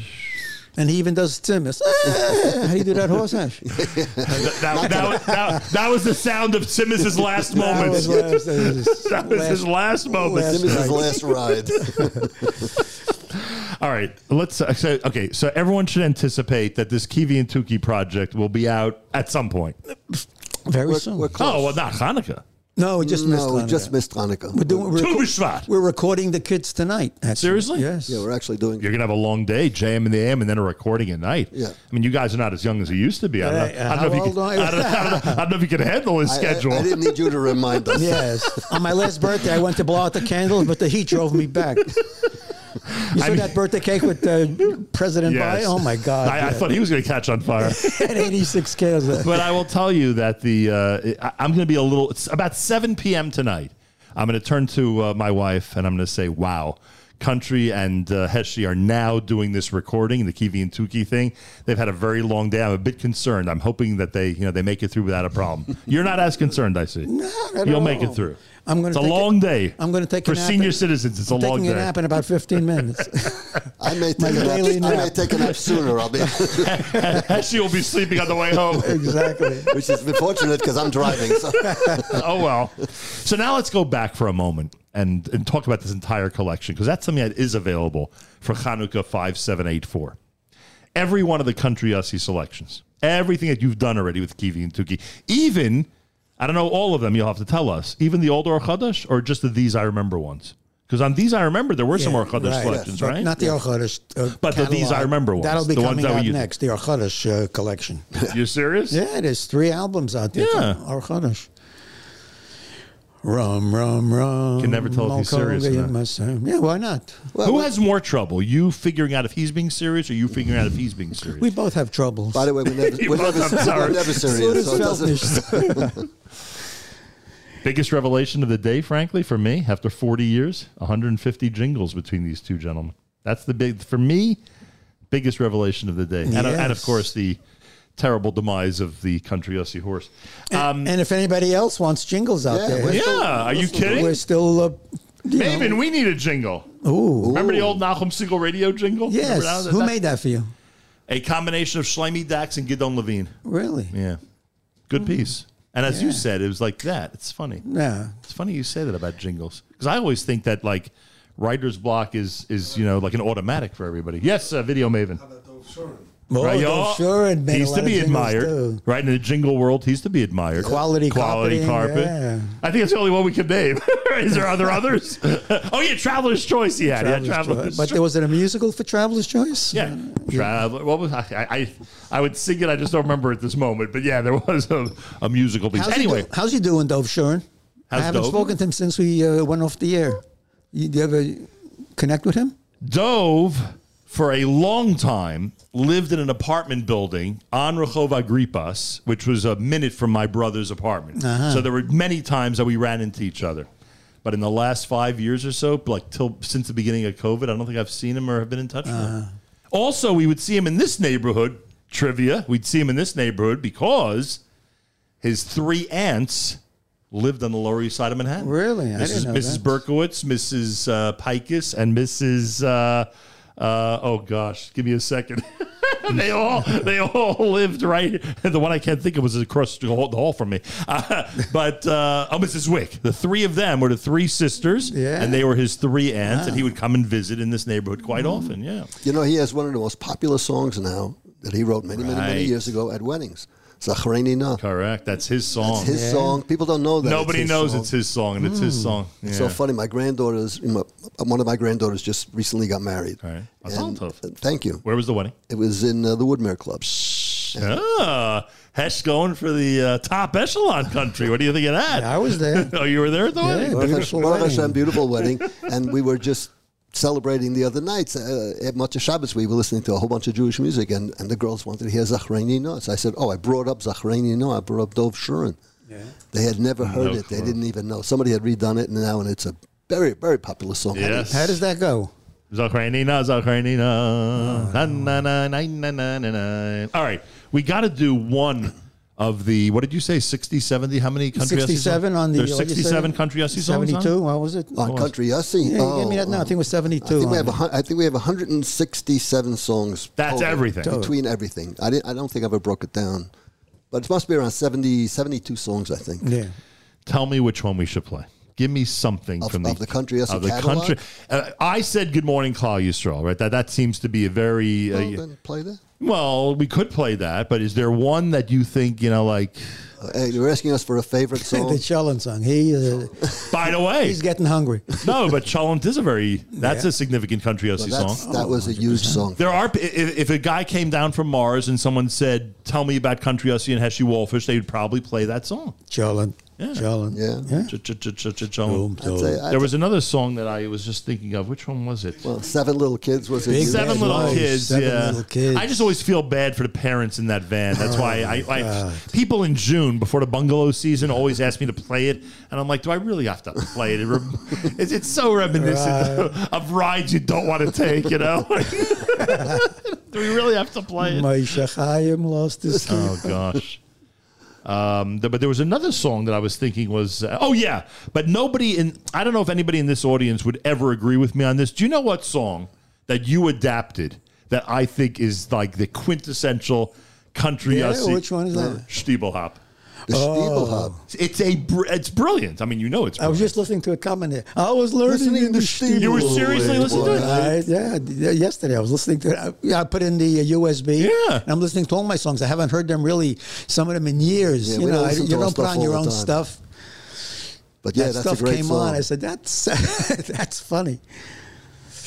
And he even does Timis. How do you do that horse hash? That, that, that, that- that was the sound of Simmis's last That moments. was, last- that was- That was his last moments. this is his Right. last ride. All right, let's. Uh, so, okay, so everyone should anticipate that this Kiwi and Tuki project will be out at some point. Very We're, soon. we're close. Oh, well, not Hanukkah. no, we just missed no, we Hanukkah. just missed Hanukkah. We're doing. We're, Tu reco- B'Shvat. we're recording the kids tonight. actually. Seriously? Yes. yeah, we're actually doing. you're gonna have a long day, jam in the AM, and then a recording at night. Yeah. I mean, you guys are not as young as you used to be. I don't Hey, know- I how don't know if you old can- are I you? don't- I don't know- I don't know if you can handle his I- I- schedule. I, didn't need you to remind us. Yes. On my last birthday, I went to blow out the candles, but the heat drove me back. You saw mean- that birthday cake with uh, President Yes. Biden? Oh my God! I, I thought he was gonna catch on fire. at 86 kilos. uh, but I will tell you that the uh, I, I'm gonna be a little. It's about 7 p.m. tonight. I'm gonna turn to uh, my wife and I'm gonna say, "Wow." Country and uh, Heshi are now doing this recording, the Kiwi and Tuki thing. They've had a very long day. I'm a bit concerned. I'm hoping that they, you know, they make it through without a problem. You're not as concerned, I see. not at You'll all. make it through. I'm gonna It's a take a- long day. I'm going to take for a nap senior in- citizens. It's a I'm long taking day. a nap in about 15 minutes. I may take a nap, daily I may nap. take a nap sooner. I'll be, Heshi will be sleeping on the way home. exactly. which is unfortunate because I'm driving. So oh well. So now let's go back for a moment and and talk about this entire collection because that's something that is available for Hanukkah five seven eight four. Every one of the country Ussie selections, everything that you've done already with Kivi and Tuki, even I don't know all of them. You'll have to tell us. Even the old Or Chadash or just the these I remember ones. Because on these I remember there were some Or Chadash selections, But right? Not the Orchodesh. Uh, But the These I catalog. Remember ones, That'll be the ones coming that we out use. next, the Orchodesh uh, collection. you serious? Yeah, there's three albums out there. Yeah. Orchodesh. Rum, rum, rum. Can never tell if he's serious or Malkovich not. must- Yeah, why not? Who has more trouble? You figuring out if he's being serious or you figuring out if he's being serious? We both have troubles. by the way, we're never, You we're both never, have sorry. we're never serious. So it doesn't, Biggest revelation of the day, frankly, for me, after 40 years, 150 jingles between these two gentlemen. That's the big, for me, biggest revelation of the day. And, uh, and of Yes. course, the terrible demise of the country Aussie horse. Um, and if anybody else wants jingles out Yeah, there, we're- yeah, are you we're kidding? still. Uh, you know, Maven, we need a jingle. Ooh. Remember the old Nahum Single radio jingle? Remember Yes. that? Who made that for you? A combination of Shlomi Dax and Gidon Levine. Really? Yeah. Yeah. Good piece. And as you said, it was like that. It's funny. It's funny you say that about jingles because I always think that like writer's block is is you know like an automatic for everybody. Yes, uh, video maven. Well, Right, Dov y'all? Shuren made a he's lot to of be jingles, admired, too. right? In the jingle world, he's to be admired. Quality quality carpet. carpeting, yeah. I think it's the only one we can name. is there other others? oh yeah, Traveler's Choice. He had, Traveler's yeah, Traveler's. Choice. But there was it a musical for Traveler's Choice? yeah, Traveler. What was I, I? I would sing it. I just don't remember at this moment. But yeah, there was a, a musical piece. How's anyway, he do, how's he doing, Dove Shuren? How's I haven't Dov? spoken to him since we uh, went off the air. You, do you ever connect with him? Dove for a long time lived in an apartment building on Rehov Agrippas, which was a minute from my brother's apartment. So there were many times that we ran into each other. But in the last five years or so, like till since the beginning of COVID, I don't think I've seen him or have been in touch with him. Also, we would see him in this neighborhood. Trivia: We'd see him in this neighborhood because his three aunts lived on the Lower East Side of Manhattan. Really? I Mrs. didn't know Mrs. that. Berkowitz, Mrs. Uh, Pikus, and Mrs. Uh, uh, oh gosh, give me a second. they all they all lived right. The one I can't think of was across the hall, the hall from me. Uh, but uh, oh, Mrs. Wick. The three of them were the three sisters, Yeah. and they were his three aunts, and he would come and visit in this neighborhood quite Mm. often. Yeah, You know, he has one of the most popular songs now that he wrote many, many, many Right. years ago at weddings. Zachareni Na. correct. That's his song. His song. People don't know that. Nobody his knows song. it's his song, and it's his song. Yeah. It's so funny. My granddaughters, my- one of my granddaughters just recently got married. All right. That's And, all tough. uh, Thank you. Where was the wedding? It was in uh, the Woodmere Club. Ah, Hesh going for the uh, top echelon country. What do you think of that? I was there. oh, you were there at the wedding? Yeah. Baruch Beautiful Hashem, Baruch wedding. Hashem, beautiful wedding. and we were just celebrating the other nights uh, at Matzah Shabbos. We were listening to a whole bunch of Jewish music, and, and the girls wanted to hear Zachareni No. So I said, Oh, I brought up Zachareni No. I brought up Dov Shurin. They had never No heard it. They clue. didn't even know. Somebody had redone it, and now and it's a very, very popular song. Yes. How does that go? Zakranina, Zakranina. Na, na, na, na, na, na, na, na. All right. We got to do one of the, what did you say, 60, 70? How many country 67 songs? on the. There's what you 67 said? country Yossi songs? on it? 72, what was it? On Country Yossi. Oh, Yeah, you Oh, gave me that now. I think it was 72. I think, we on have a it. hun- I think we have 167 songs. That's total, everything. Total. Between everything. I, didn't, I don't think I ever broke it down. But it must be around 70, 72 songs, I think. yeah. Tell me which one we should play. Give me something Of- from of the country Yossi of the catalog? country. Uh, I said "Good Morning, Klal Yisrael." Right, that that seems to be a very uh, Well, then play that. Well, we could play that, but is there one that you think, you know, like, Uh, hey, you're asking us for a favorite The song. Sheldon song. He, uh, by the way, he's getting hungry. no, but Chalant is a very, that's a significant country OC That's, song. that Oh, was a huge song. There are, if, if a guy came down from Mars and someone said, tell me about country OC and Heshy Wallfish, they would probably play that song. Sheldon. Sheldon. Yeah. Yeah. Ch-ch-ch-ch-ch-Chalant. I'd say- I'd There was another song that I was just thinking of. Which one was it? Well, Seven Little Kids was a Big huge Seven Bad little Lives, kids, seven yeah. little kids. Oh I just always feel bad for the parents in that van. That's why I, I people in June before the bungalow season always ask me to play it, and I'm like, do I really have to play it? It rem- it's, it's so reminiscent of rides you don't want to take. You know, do we really have to play it? My Shachayim lost his key. Oh gosh. Um, th- but there was another song that I was thinking was uh, oh yeah, but nobody in I don't know if anybody in this audience would ever agree with me on this. Do you know what song that you adapted that I think is like the quintessential country? Yeah, Yossi- which one is that? Stiebelhop. The oh. Stiebel Hop. It's a br- it's brilliant. I mean, you know it's. I was brilliant. just listening to a comment there. I was learning Listening in the to studio. You were seriously listening to it? I, yeah, d- yeah, yesterday I was listening to it. I, yeah, I put in the uh, USB. Yeah. and I'm listening to all my songs. I haven't heard them really, some of them in years. Yeah, you we know, don't I, listen you to our don't put stuff on your all own the time. stuff. But yeah, that that's stuff a great came song. on. I said, that's that's funny.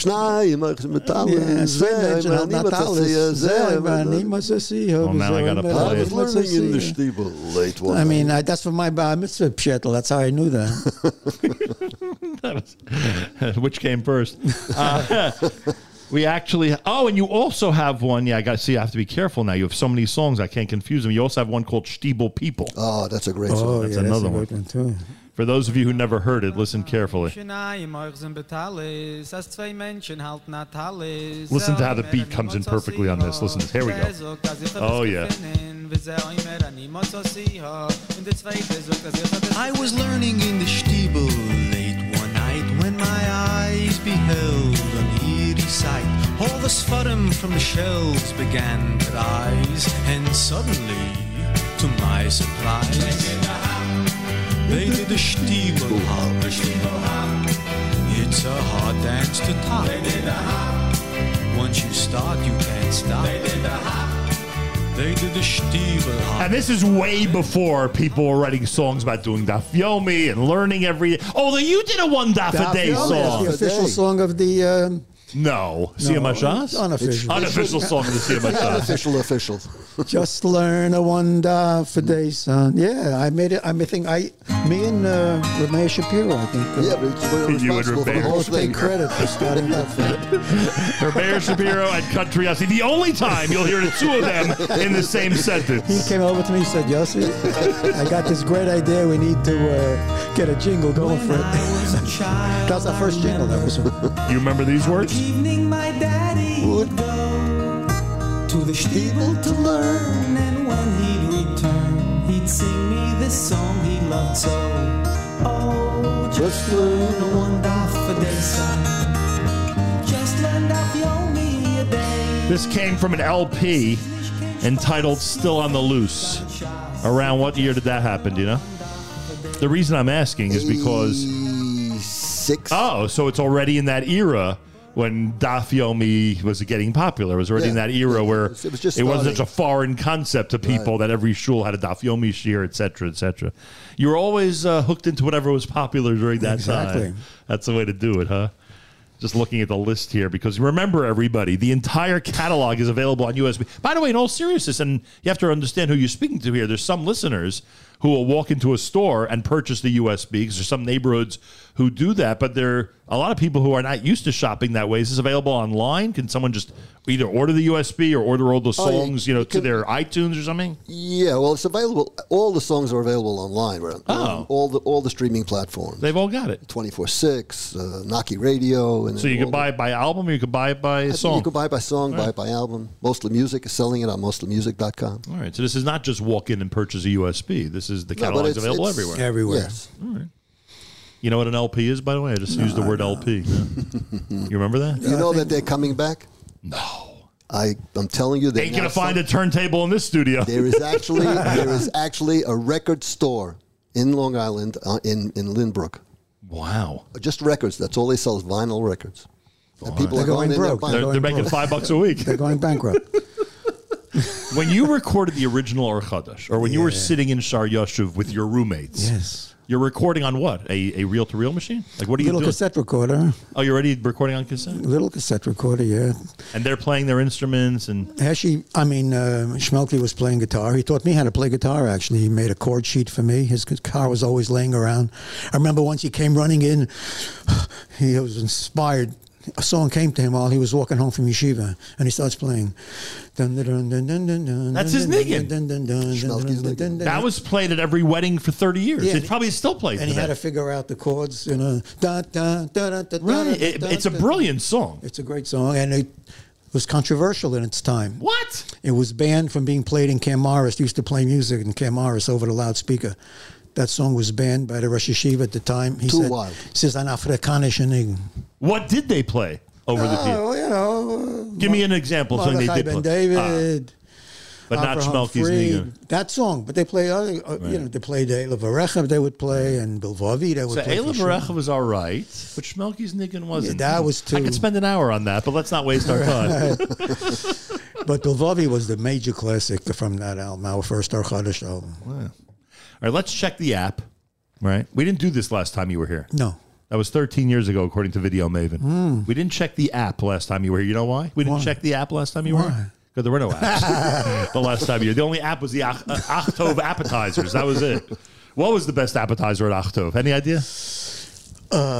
Shnai, Yimach, Metallim, Yeah, Sven Zeh, mentioned how Imani, Matatsia, Natalis- Zeh, Zeh, Imani. Imani, Matatsia, Well, now I Zeh, gotta Imani, play I it. was learning in the Matatsia. Stiebel late one I mean, night. I, that's from my bar mitzvah pshetl. That's how I knew that. That was- which came first? Uh, we actually. Oh, and you also have one. Yeah, I got to see. I have to be careful now. You have so many songs. I can't confuse them. You also have one called Stiebel People. oh, that's a great oh, song. that's yeah, another that's a one. good one too. For those of you who never heard it, listen carefully. Schneien euch sind betalis, als zwei Menschen halten a talis. Listen to how the beat comes in perfectly on this. Listen, here we go. Oh, yeah. I was learning in the Stiebel late one night when my eyes beheld an eerie sight. All the sputum from the shelves began to rise, and suddenly, to my surprise, they did the Stiebel hop. It's a hard dance to top. Once you start, you can't stop. They did the Stiebel hop. And this is way before people were writing songs about doing daf yomi and learning every. Although Oh, you did a one daf a day Yomi, That's song. the Today. official song of the um, No. Siyama Shas? it's unofficial. Unofficial song of the Siyama Shas. Official, official. Just learn a wonder Mm. for day, son. Yeah, I made it. I think I, me and uh, Ramea Shapiro, I think. uh, Yeah, but it's, we're You would responsible for the repair. whole both thing. take credit for starting that thing. For Mayor Shapiro and Country Yossi. The only time you'll hear the two of them in the same He sentence. came over to me and said, Yossi, I got this great idea. We need to uh, get a jingle going for it. That was our first jingle. That was You remember these words? Evening, my daddy would go to the steeple to learn, and when he'd return, he'd sing me this song he loved so. Oh, just learn a one off a day, son. Just learn off yomi a day. This came from an LP entitled Still on the Loose. Around what year did that happen, do you know? The reason I'm asking is because six. oh, so it's already in that era when Dafyomi was getting popular. It was already in Yeah. that era where It was- it was just wasn't starting. such a foreign concept to people that every shul had a Dafyomi shir, et cetera, et cetera. You were always uh, hooked into whatever was popular during that Exactly. time. That's the way to do it, huh? Just looking at the list here because remember, everybody, the entire catalog is available on USB. By the way, in all seriousness, and you have to understand who you're speaking to here, there's some listeners who will walk into a store and purchase the USB because there's some neighborhoods who do that, but there are a lot of people who are not used to shopping that way. Is this available online? Can someone just either order the USB or order all the Oh, you- songs, you know, you to can- their iTunes or something? Yeah, well, it's available. All the songs are available online. Right? Oh. all the all the streaming platforms. They've all got it. Twenty four six, uh, Naki Radio, and So you all could the- buy it by album or you could buy it by I think song. You can buy it by song, buy it by album. Mostly Music is selling it on mostlymusic.com. All right, so this is not just walk in and purchase a USB. This is the No, but catalog's it's- available it's- everywhere. everywhere. Yes. You know what an LP is, by the way? I just used the word LP. Yeah. you remember that? You know that they're coming back? No. I, I'm telling you, they're Ain't gonna now find selling- a turntable in this studio. There is actually there is actually a record store in Long Island uh, in in Lynbrook. Wow, Just records. That's all they sell is vinyl records. And people They're are going, going in there broke. buying- they're, going they're making broke. five bucks a week. They're going bankrupt. when you recorded the original Or Chadash, or when you were sitting in Shar Yoshev with your roommates, Yes. you're recording on what? A a reel to reel machine? Like what are you Little doing? cassette recorder. Oh, you're already recording on cassette, Little cassette recorder, yeah. and they're playing their instruments and. Actually, I mean, uh, Schmelke was playing guitar. He taught me how to play guitar, actually. He made a chord sheet for me. His guitar was always laying around. I remember once he came running in, he was inspired. A song came to him while he was walking home from yeshiva, and he starts playing. That's That's his niggin. Schmelke's niggin. That was played at every wedding for 30 years. Yeah, it probably is still played. and he today. had to figure out the chords, you know. Da, da, da, da, da, da, Right. It- da, it's a da. brilliant song. It's a great song, and it was controversial in its time. What? It was banned from being played in Camaris. They used to play music in Camaris over the loudspeaker. That song was banned by the Rosh Yeshiva at the time. He Too said, wild. says, an Afrikanische Nigen. What did they play over the piano? Oh, you know. Give me an example of something they Mordechai did Ben play. David. Ah, but not Avraham Schmelke's Fried, Nigga. That song, but they play other, uh, you know, they play Eila Varecha, they would play, and Bilvavi, they would So play. for Ayla sure. Varecha was all right, but Schmelke's Niggun wasn't. Yeah, that was I too- could spend an hour on that, but let's not waste our time. But Bilvavi was the major classic from that album, our first Ar Chodesh album. All right, let's check the app. Right? We didn't do this last time you were here. No. That was 13 years ago, according to Video Maven. We didn't check the app last time you were here. You know why? We didn't check the app last time you were here. Because there were no apps the last time you were. The only app was the Ach- uh, Achtov appetizers. That was it. What was the best appetizer at Achtov? Any idea?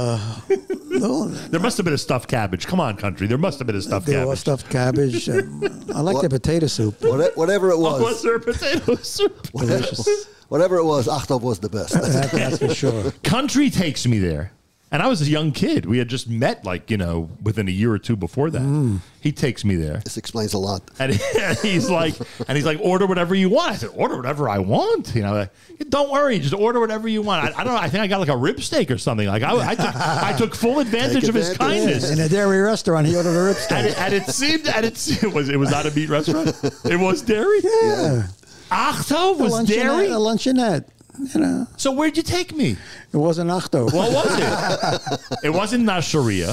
No, There must have been a stuffed cabbage. Come on, country. There must have been a stuffed There was cabbage. stuffed cabbage. Um, I like What? the potato soup. Whate- Whatever it Oh, was was, there a potato soup? Delicious. whatever it was, Achtov was the best. That- that's for sure. country takes me there. And I was a young kid. We had just met, like, you know, within a year or two before that. He takes me there. this explains a lot. And, and he's like, and he's like, order whatever you want. I said, order whatever I want. You know, like, don't worry, just order whatever you want. I, I don't know. I think I got like a rib steak or something. Like I, I, took, I took full advantage Take of his advantage. kindness. In a dairy restaurant, he ordered a rib And, steak. it, and it seemed, and it, se- it was, it was not a meat restaurant. It was dairy. Yeah. Achto A was luncheonette- dairy. A luncheonette. You know, So where'd you take me? it wasn't Achto. What was it? it wasn't Nasharia.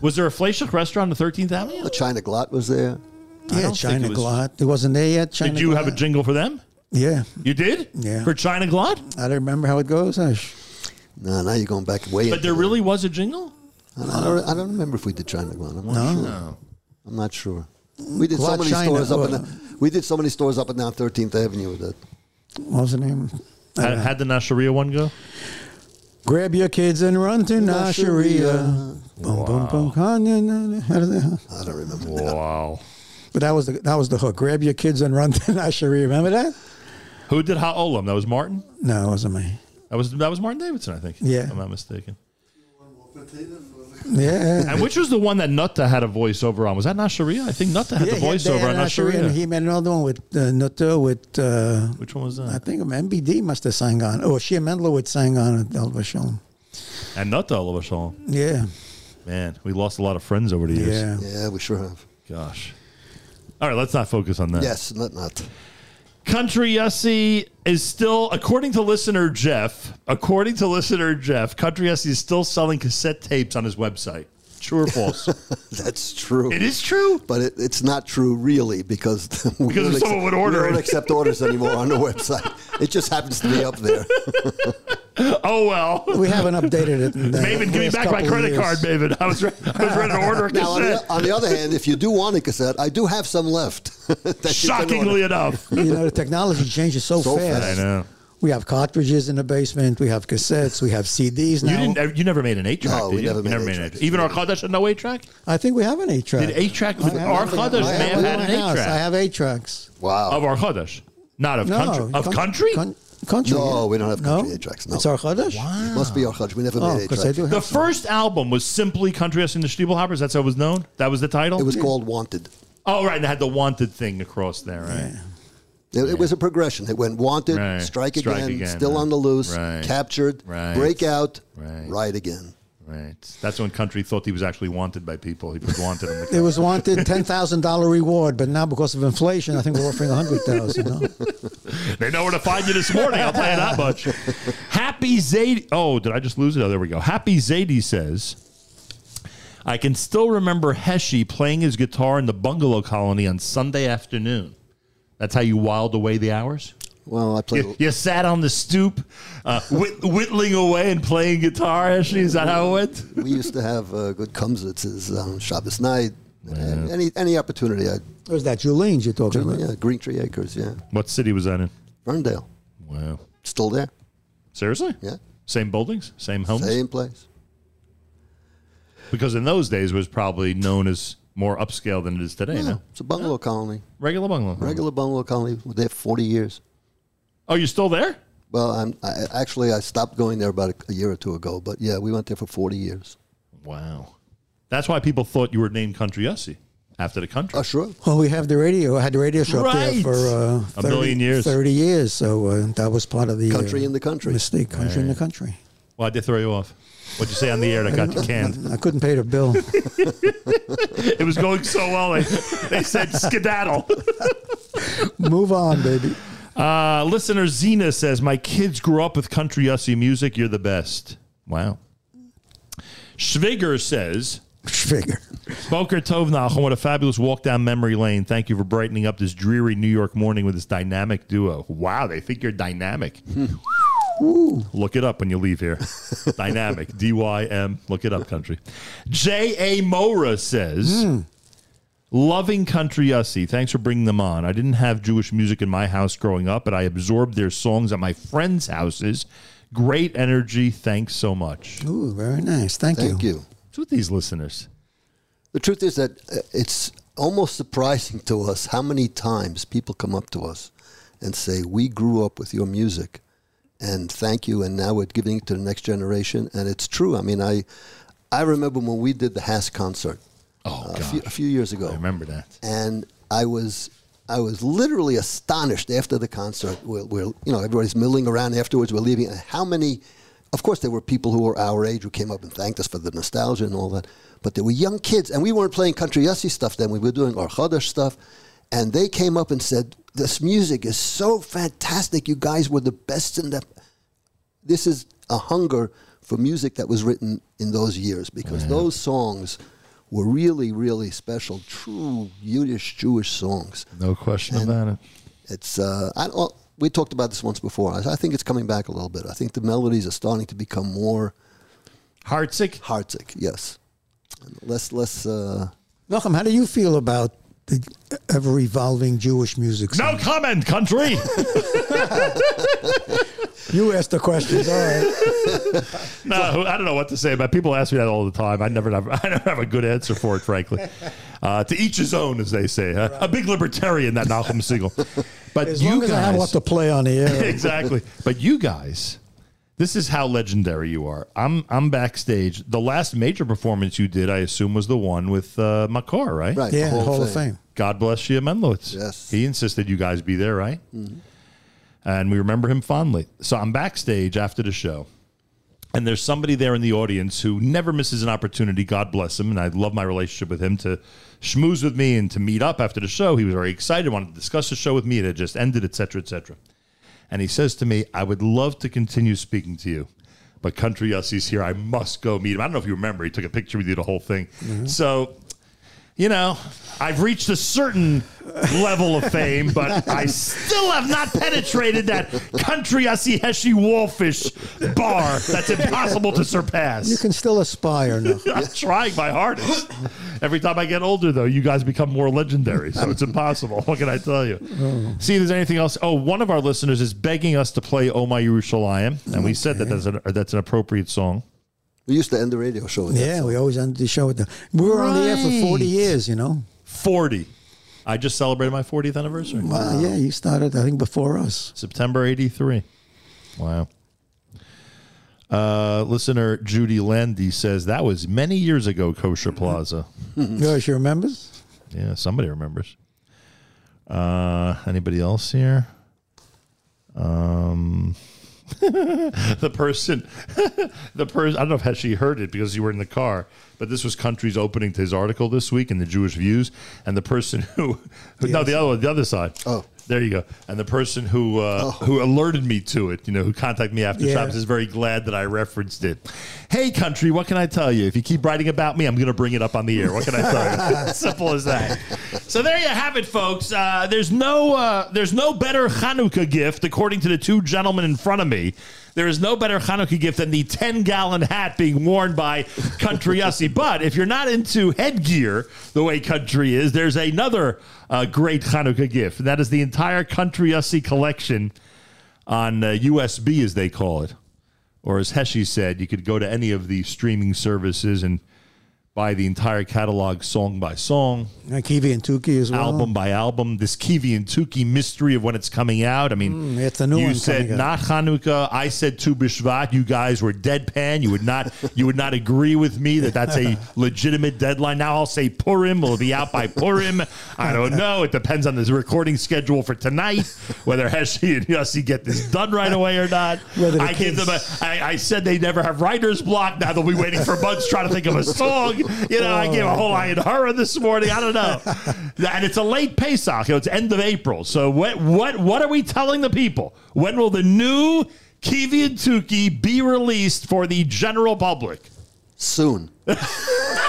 Was there a Flashik restaurant on 13th Avenue? China Glot was there. yeah, don't think China it was- Glot. It wasn't there yet. China Did you have a Glot. jingle for them? Yeah. You did? Yeah. For China Glot? I don't remember how it goes. Ash. No, now you're going back way. But there into the- really was a jingle? And I don't, I don't remember if we did China Guan. I'm not sure. I'm not sure. We did so What many China? stores up and Well- down- we did so many stores up and down 13th Avenue that What was the name? How, how'd the Nasharia one go? Grab your kids and run to Nasharia. Nasheria. Boom, boom, boom. How does that- I don't remember. Wow. But that was the that was the hook. Grab your kids and run to Nasharia. Remember that? Who did Ha'olam? That was Martin. No, it wasn't me. That was that was Martin Davidson, I think. Yeah. if I'm not mistaken. Yeah. And which was the one that Nutta had a voiceover on? Was that Nasharia? I think Nutta had Yeah, the he had voiceover Dan on Nasheria, Nasharia. And he made another one with uh, Nutter with uh, which one was I that? think MBD must have sang on. Oh, Shia Mendelowitz sang on at Elvis Shalom. And Nutta all of us all. Yeah, Man, we lost a lot of friends over the years. yeah. Yeah, we sure have. Gosh. All right, let's not focus on that. Yes, not not. Country Yussie is still, according to listener Jeff, according to listener Jeff, Country Yussie is still selling cassette tapes on his website. True or false? That's true. it is true. But it, it's not true, really, because we Because don't if someone would order we don't it. accept orders anymore on the website. It just happens to be up there. Oh well. We haven't updated it. In the Maven, give me last back my couple of credit years. card, Maven. I was, re- I was ready to order a Now, on cassette. the, on the other hand, if you do want a cassette, I do have some left. that you can order. Shockingly uh, enough. You know, the technology changes so, So fast. fast. I know. We have cartridges in the basement. We have cassettes. We have CDs now. You didn't. You never made an eight track. No, did we you? never You made never an made an eight eight-track. track. Even our Kodesh had no eight track. I think we have an eight track. Did eight track? I have Our it in- Kodesh I man have it in had my an eight house. I track have eight tracks. Wow. of our Kodesh, not of No, country. Of con- country. con- country. No, yeah. we don't have country eight tracks, no. it's our Chodesh. It must be our Hajj. We never Oh, made eight because I tracks. do have The some. first album was simply Country Us and the Stiebelhoppers. That's how it was known. That was the title. It was called Wanted. Oh, right. And it had the wanted thing across there, right? It, it was a progression. It went Wanted, Right. Strike, Strike again, again, Still right. on the Loose, Right. Captured, Right. Breakout, Right. Right Again. Right. That's when Country thought he was actually wanted by people. He was wanted on the It was wanted ten thousand dollar reward, but now because of inflation, I think we're offering a hundred thousand. No? They know where to find you this morning. I'll tell you that much. Happy Zadie. Oh, did I just lose it? Oh, there we go. Happy Zadie says, I can still remember Heshy playing his guitar in the bungalow colony on Sunday afternoon. That's how you whiled away the hours? Well, I played. You, you sat on the stoop, uh, whit- whittling away and playing guitar, Heshy? Is that how it went? we used to have uh, good kumsitzes on Shabbos night. And Any any opportunity, I'd Where's that Julian's you're talking about? Yeah, Green Tree Acres, yeah. What city was that in? Ferndale. Wow. Still there. Seriously? Yeah. Same buildings, same homes? Same place. Because in those days it was probably known as more upscale than it is today, no? It's a bungalow colony. Regular bungalow. Regular bungalow colony. We're there 40 years. Oh, you're still there? Well, I'm, I, actually, I stopped going there about a, a year or two ago, but yeah, we went there for 40 years. Wow. That's why people thought you were named Country Yussie after the country. Oh, sure. Well, we have the radio. I had the radio show up there Right. for uh, A million years. Thirty years. So uh, that was part of the Country uh, in the country. mistake. Country in the country. Well, I did throw you off. What'd you say on the air that got you canned? I couldn't pay the bill. It was going so well, they, they said skedaddle. Move on, baby. Uh, listener Zena says, My kids grew up with Country Yussie music. You're the best. Wow. Schwiger says, Figure. Boker Tov Nachum, what a fabulous walk down memory lane. Thank you for brightening up this dreary New York morning with this dynamic duo. Wow, they think you're dynamic. Look it up when you leave here. dynamic. D Y M. Look it up, country. J.A. Mora says. Loving Country Yussie. Thanks for bringing them on. I didn't have Jewish music in my house growing up, but I absorbed their songs at my friends' houses. Great energy. Thanks so much. Ooh, very nice. Thank, Thank you. What's with these listeners? The truth is that uh, it's almost surprising to us how many times people come up to us and say, "We grew up with your music, and thank you." And now we're giving it to the next generation, and it's true. I mean, I I remember when we did the Hass concert uh, Oh, a, few, a few years ago, I remember that. and I was. I was literally astonished after the concert. We're, we're, you know, everybody's milling around afterwards. We're leaving. And how many? Of course, there were people who were our age who came up and thanked us for the nostalgia and all that. But there were young kids, and we weren't playing country yossi stuff then. We were doing our chodesh stuff, and they came up and said, "This music is so fantastic. You guys were the best in the." This is a hunger for music that was written in those years because those songs were really, really special, true Yiddish Jewish songs No question about it. it's uh, I don't, we talked about this once before. I, I think it's coming back a little bit. I think the melodies are starting to become more Hartzik. heartsick. Yes, Less, less. Uh, Nochem, how do you feel about the ever evolving Jewish music? scene? No comment, country. You asked the questions. All right. no, I don't know what to say about. it. People ask me that all the time. I never, have, I never have a good answer for it, frankly. Uh, to each his own, as they say. huh? A big libertarian, that Malcolm Siegel. But As you long guys, as I have what to play on the air. exactly. But you guys, this is how legendary you are. I'm I'm backstage. The last major performance you did, I assume, was the one with uh, Makar, right? Right. Yeah, Hall of Fame. God bless Shia Menlowitz. Yes. He insisted you guys be there, right? And we remember him fondly. So I'm backstage after the show, and there's somebody there in the audience who never misses an opportunity. God bless him. And I love my relationship with him to schmooze with me and to meet up after the show. He was very excited, wanted to discuss the show with me. It had just ended, et cetera, et cetera. And he says to me, I would love to continue speaking to you, but Country Yussie's here. I must go meet him. I don't know if you remember. He took a picture with you, the whole thing. Mm-hmm. So you know, I've reached a certain level of fame, but I still have not penetrated that country Asiheshi wallfish bar that's impossible to surpass. You can still aspire now. I'm trying my hardest. Every time I get older, though, you guys become more legendary, so it's impossible. What can I tell you? See, if there's anything else. Oh, one of our listeners is begging us to play "Oh My Yerushalayim," and we said that that's an, that's an appropriate song. We used to end the radio show. With Yeah, we always end the show with that. We were on the air for 40 years, you know. Forty. I just celebrated my 40th anniversary. Wow. yeah, you started, I think, before us. September 83. Wow. Uh, listener Judy Landy says that was many years ago, Kosher Plaza. Yeah, she remembers? Yeah, somebody remembers. Uh, anybody else here? Um, the person, the person. I don't know if had she heard it because you were in the car, but this was Country's opening to his article this week in the Jewish Views, and the person who, who no, the other one, the other side. Oh. There you go. And the person who uh, who alerted me to it, you know, who contacted me after Yeah. Shabbos is very glad that I referenced it. Hey, country, what can I tell you? If you keep writing about me, I'm going to bring it up on the air. What can I tell you? Simple as that. So there you have it, folks. Uh, there's no uh, there's no better Hanukkah gift, according to the two gentlemen in front of me. There is no better Hanukkah gift than the 10 gallon hat being worn by Country Yossi. But if you're not into headgear the way Country is, there's another uh, great Hanukkah gift. And that is the entire Country Yossi collection on uh, USB, as they call it. Or as Heshi said, you could go to any of the streaming services and buy the entire catalog song by song, Like Kiwi and Tuki as well. album by album. This Kiwi and Tuki mystery of when it's coming out. I mean, Mm, it's a new you one said coming not out. Hanukkah. I said Tu B'Shvat. You guys were deadpan. You would not. you would not agree with me that that's a legitimate deadline. Now I'll say Purim will be out by Purim. I don't know. It depends on the recording schedule for tonight, whether Heshi and Yossi get this done right away or not. Whether the I give them a. kids- I, I said they never have writer's block. Now they'll be waiting for months trying to think of a song. You know, I gave a whole eye and her this morning. I don't know. and it's a late Pesach. You know, it's end of April. So what? What? What are we telling the people? When will the new Kiwi and Tuki be released for the general public? Soon.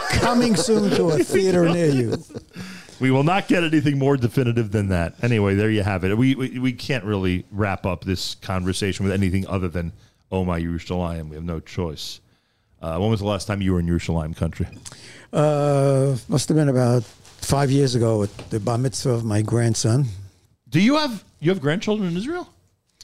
Coming soon to a theater near you. We will not get anything more definitive than that. Anyway, there you have it. We we, we can't really wrap up this conversation with anything other than Oh my Yerushalayim. We have no choice. Uh, when was the last time you were in Yerushalayim country? Uh, must have been about five years ago at the bar mitzvah of my grandson. Do you have you have grandchildren in Israel,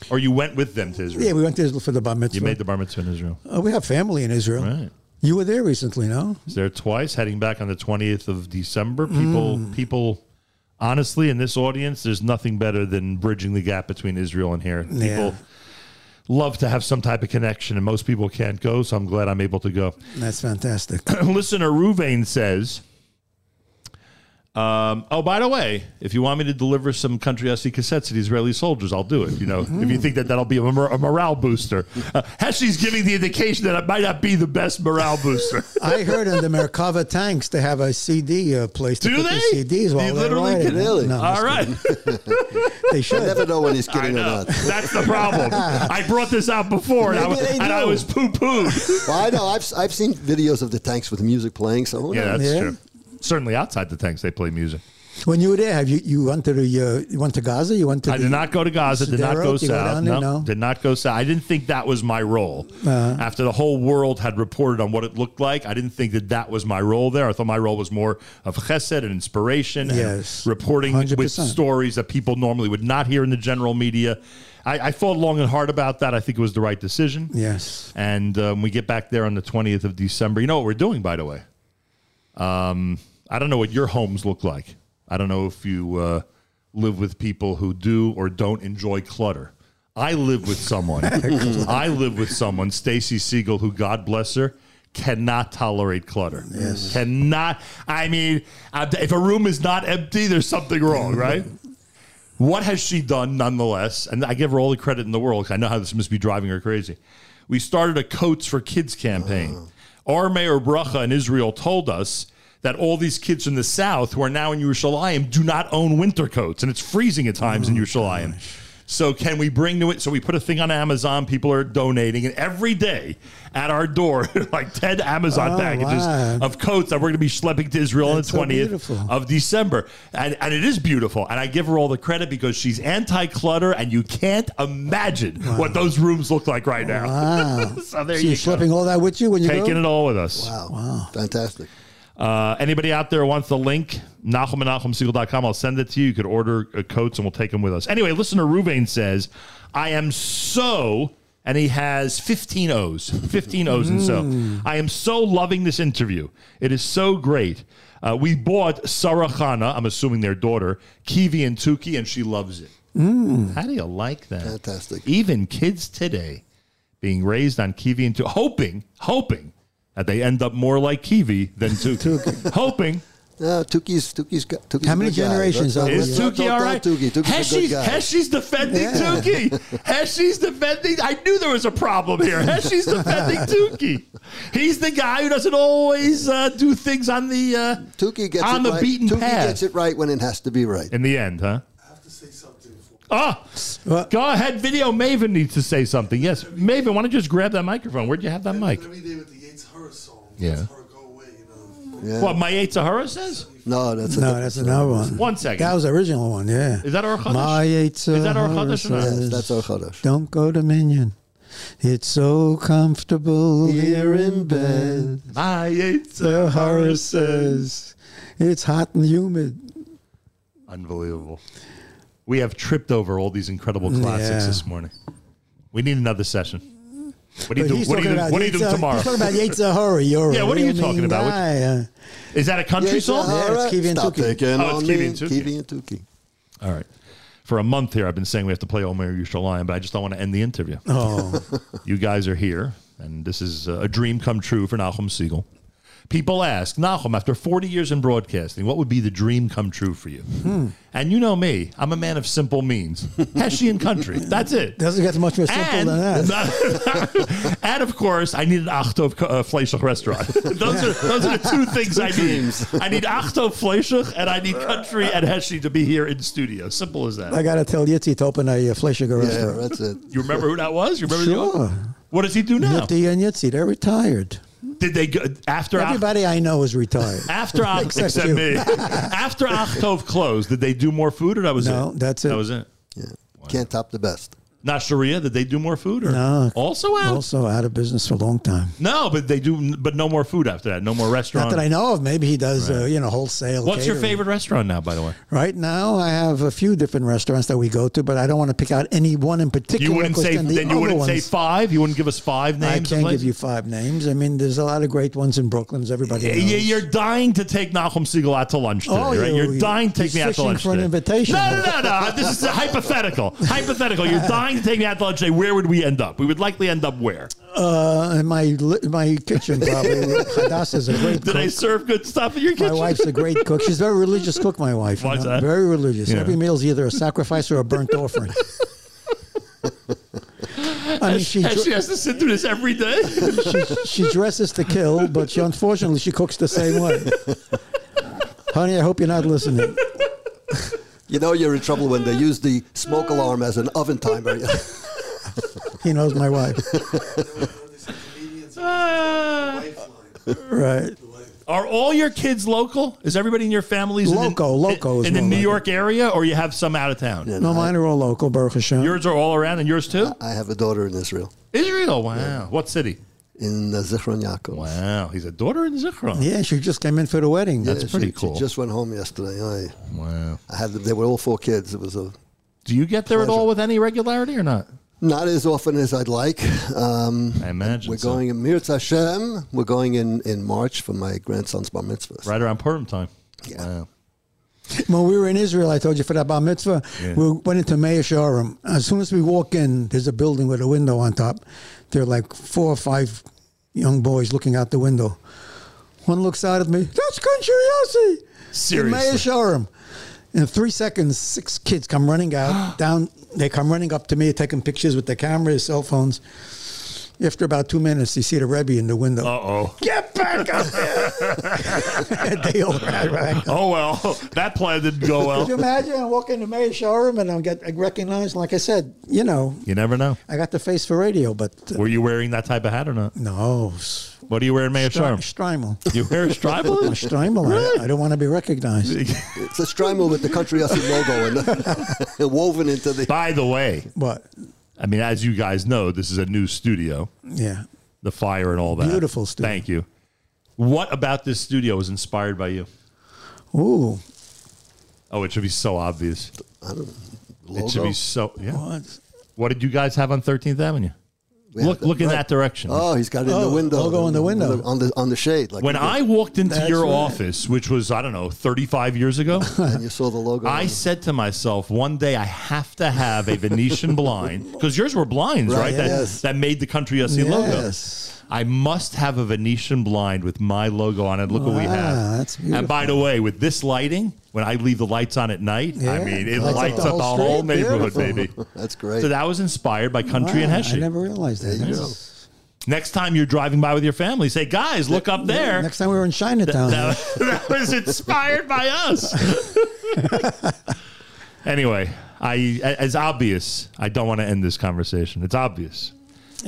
or you went with them to Israel? Yeah, we went to Israel for the bar mitzvah. you made the bar mitzvah in Israel. Uh, we have family in Israel. Right. You were there recently, no? It's there twice. Heading back on the twentieth of December. People, Mm. people. Honestly, in this audience, there's nothing better than bridging the gap between Israel and here. People Yeah. love to have some type of connection, and most people can't go. So I'm glad I'm able to go. That's fantastic. listener Ruvain says, um, "Oh, by the way, if you want me to deliver some country SC cassettes to the Israeli soldiers, I'll do it. You know, if you think that that'll be a, mor- a morale booster, uh, Heshi's giving the indication that it might not be the best morale booster." I heard in the Merkava tanks they have a CD uh, place to Do put they? the CDs while You they're literally riding. can- Really? No, All right, they You should. never know when he's I kidding or know not. that's the problem. I brought this out before, and I Maybe was, they and I do. was poo pooed. Well, I know. I've, I've seen videos of the tanks with music playing. So who Yeah, knows? that's Yeah. true. Certainly outside the tanks, they play music. When you were there, have you you went to the uh, you went to Gaza? You went to I the, did not go to Gaza. Did not Sderot, go you go south. down there? no, No. Uh-huh. did not go south. I didn't think that was my role. After the whole world had reported on what it looked like, I didn't think that that was my role there. I thought my role was more of chesed and inspiration Yes. and reporting with 100%. stories that people normally would not hear in the general media. I, I thought long and hard about that. I think it was the right decision. Yes. And um, we get back there on the 20th of December. You know what we're doing, by the way? Um, I don't know what your homes look like. I don't know if you uh, live with people who do or don't enjoy clutter. I live with someone. I live with someone, Stacy Siegel, who, God bless her, cannot tolerate clutter. Yes. Cannot. I mean, I- if a room is not empty, there's something wrong, right? What has she done nonetheless? And I give her all the credit in the world 'cause I know how this must be driving her crazy. We started a Coats for Kids campaign. Oh. Our mayor Bracha in Israel told us that all these kids in the South who are now in Yerushalayim do not own winter coats, and it's freezing at times Oh, in Yerushalayim. So can we bring to it? So we put a thing on Amazon. People are donating, and every day at our door, like ten Amazon Oh, packages wow. of coats that we're going to be schlepping to Israel on the That's so twentieth beautiful. of December. And, and it is beautiful. And I give her all the credit because she's anti clutter, and you can't imagine what those rooms look like right now. Wow. so there So you you're go. schlepping all that with you when you Taking go? it all with us. Wow. Wow. Fantastic. Uh, anybody out there wants the link? Nahum and NahumSiegel.com. I'll send it to you. You could order uh, coats and we'll take them with us. Anyway, listener Ruvain says, I am so, and he has 15 O's, 15 O's and so. I am so loving this interview. It is so great. Uh, we bought Sarah Khanna, I'm assuming their daughter, Kiwi and Tuki, and she loves it. How do you like that? Fantastic. Even kids today being raised on Kiwi and Tuki, hoping, hoping that they end up more like Kiwi than Tuki. hoping. Uh, Tuki's, Tuki's, got- Tuki's How a many good guy. generations Don't- are Is don't- don't Tuki all tell right? Tuki. Tuki's a good Heshy's, guy. Heshy's defending Tuki. Heshy's defending. I knew there was a problem here. Heshy's defending Tuki. He's the guy who doesn't always uh, do things on the uh, Tuki gets on it the right. beaten Tuki path. gets it right when it has to be right. In the end, huh? Ah, What? go ahead. Video Maven needs to say something. Yes, Maven, why don't you just grab that microphone? Where'd you have that mic? Every day with the Yates Her song. Yeah. That's her go away, you know. Yeah. What my eight Sahara says? No, that's a No, different that's song. another one. One second. That was the original one, yeah. Is that our Chodesh? My Yitzhak Is that our Chodesh or not? says, Yes, that's our Chodesh. Don't go to Minion. It's so comfortable here in bed. My eight Sahara The horror says it's hot and humid. Unbelievable. We have tripped over all these incredible classics Yeah. this morning. We need another session. What do you But do? he's What do you talking do, about what do, you do Yitzhak- tomorrow? He's talking about Yitzhahara. You're Yeah, a what are you real talking mean about? What- guy, uh, Is that a country Yes, song? all Yeah, it's right. Kiwi and Stop Tuki. picking Oh, it's on Kiwi me. and Tuki. Kiwi and Tuki. All right. For a month here, I've been saying we have to play Omer Yerushalayim, but I just don't want to end the interview. Oh, you guys are here, and this is uh, a dream come true for Nahum Siegel. People ask, Nahum, after 40 years in broadcasting, what would be the dream come true for you? And you know me, I'm a man of simple means. Hessian country. That's it. doesn't get much more simple and, than that. and of course, I need an Achto uh, Fleischich restaurant. those, are, those are the two things I need. I need Achto Fleischich, and I need Country and Heshi to be here in studio. Simple as that. I gotta tell Yitzi to open a uh, Fleischer Yeah, restaurant. that's it. you remember who that was? You remember the Sure. owner? What does he do now? Nifty and Yitzi, they're retired. Did they go after Ach- Everybody I know is retired. After Ach- except, Except you. me. after Achtov closed, did they do more food or that was No, it? that's it. That was it. Yeah. Can't top the best. Not Sharia. Did they do more food or No. Also out. also out of business for a long time. No, but they do. But no more food after that. No more Not restaurant. that I know of. Maybe he does, uh, you know, wholesale. What's your catering. favorite restaurant now? By the way, Right now, I have a few different restaurants that we go to, but I don't want to pick out any one in particular. you wouldn't 'cause say. the Then you other wouldn't say ones- five. You wouldn't give us five names. I of can't give places? you five names. I mean, there's a lot of great ones in Brooklyn, as everybody Yeah, knows. yeah, You're dying to take Nahum Siegel out to lunch today, Oh, right? You're you- dying to take he's me out to fishing lunch for an today. invitation. No, no, no, no. This is a hypothetical. hypothetical. You're dying to take me out to lunch today. Where would we end up? We would likely end up where? uh, in my li- my kitchen, probably. Hadassah's a great Did I cook. serve good stuff in your kitchen? My wife's a great cook. She's a very religious cook, my wife. you Why's know, that? Very religious. Yeah. Every meal's either a sacrifice or a burnt offering. I mean, she, And she dr- has to sit through this every day. she dresses to kill, but she unfortunately she cooks the same way. Honey, I hope you're not listening. You know you're in trouble when they use the smoke alarm as an oven timer. He knows my wife. They say comedians are Ah. lifeline. Right. The life- Are all your kids local? Is everybody in your families in the- Local, local is in, the more New like York area, or you have some out of town? Yeah. No, mine are all local, Baruch Hashem. Yours are all around, and yours too. I have a daughter in Israel, Israel. Wow. What city? in uh, Zichron Yaakov. Wow. He's a daughter in Zichron. yeah, she just came in for the wedding. That's Yeah, pretty she, cool. She just went home yesterday. I, Wow. I had they were all four kids. It was a Do you get there at all with any regularity or not? not as often as I'd like. Um, I imagine we're so. going in Mirz Hashem. We're going in in March for my grandson's bar mitzvah. Right around Purim time. Yeah. Wow. When we were in Israel, I told you for that bar mitzvah, Yeah. we went into Meir Sharim. As soon as we walk in, there's a building with a window on top. There are like four or five young boys looking out the window. One looks out at me, that's country Yossi! in Meir Seriously. Sharim. In three seconds, six kids come running out, down, they come running up to me, taking pictures with their cameras, cell phones. After about two minutes, you see the Rebbe in the window. Uh oh. Get back up there! they all ran back up. Oh well. That plan didn't go Could you well. imagine? I walk into Mayor's showroom and I'm get recognized. Like I said, you know, You never know. I got the face for radio, but uh, Were you wearing that type of hat or not? no. s- What are you wearing, Mayor Stri- Charm? Strimel. You wear a stribal? Strimel. Really? I, I don't want to be recognized. It's a strimal with the country Yossi logo and woven into the. By the way, But I mean, as you guys know, this is a new studio, yeah. the fire and all that. Beautiful studio. Thank you. What about this studio was inspired by you? Ooh. Oh, it should be so obvious. Logo. It should be so. Yeah. What? What did you guys have on 13th Avenue? We had look, look in that direction. Oh, he's got it in Oh, the window. logo in the window. on the on the shade. Like when you I walked into That's your right. office, which was I don't know 35 years ago, did, and you saw the logo. I on- said to myself, one day I have to have a Venetian blind because yours were blinds, right? Right, That, yes. that made the country us logo. Yes. I must have a Venetian blind with my logo on it. Look what we have. that's and by the way, with this lighting, when I leave the lights on at night, I Yeah, mean lights it up lights the up the whole whole, street. neighborhood, Beautiful. baby. That's great. So that was inspired by country and Wow, Heshe. Ah, I never realized that. There you That's- Next time you're driving by with your family, say, guys, look up there. Next time we were in Chinatown. That, that was inspired by us. anyway, I as obvious, I don't want to end this conversation. It's obvious.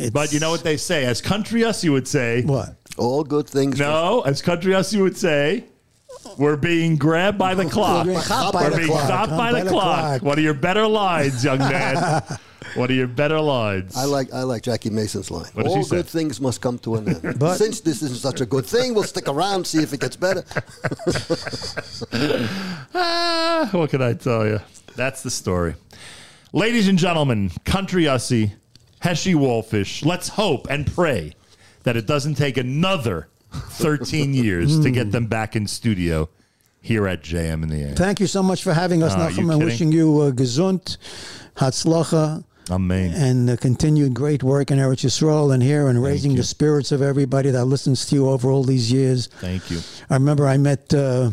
It's- But you know what they say, as country us you would say. What? All good things. No, as country us you would say, we're being grabbed by the clock. We're being caught by We're the being clock. stopped Ah, by, the, clock. One of your better lines, young man. One of your better lines. I like I like Jackie Mason's line. What does All she say? good things must come to an end. But- Since this isn't such a good thing, we'll stick around see if it gets better. Ah, what can I tell you? That's the story. Ladies and gentlemen, Country Ussie, Heshy Wolfish, let's hope and pray that it doesn't take another 13 years to get them back in studio here at JM in the Air. Thank you so much for having us, Oh, you Nachum, and kidding? wishing you uh, gesund, hatzlacha, Amen. and uh, continued great work in Eretz Yisrael and here, and raising you. the spirits of everybody that listens to you over all these years. Thank you. I remember I met uh,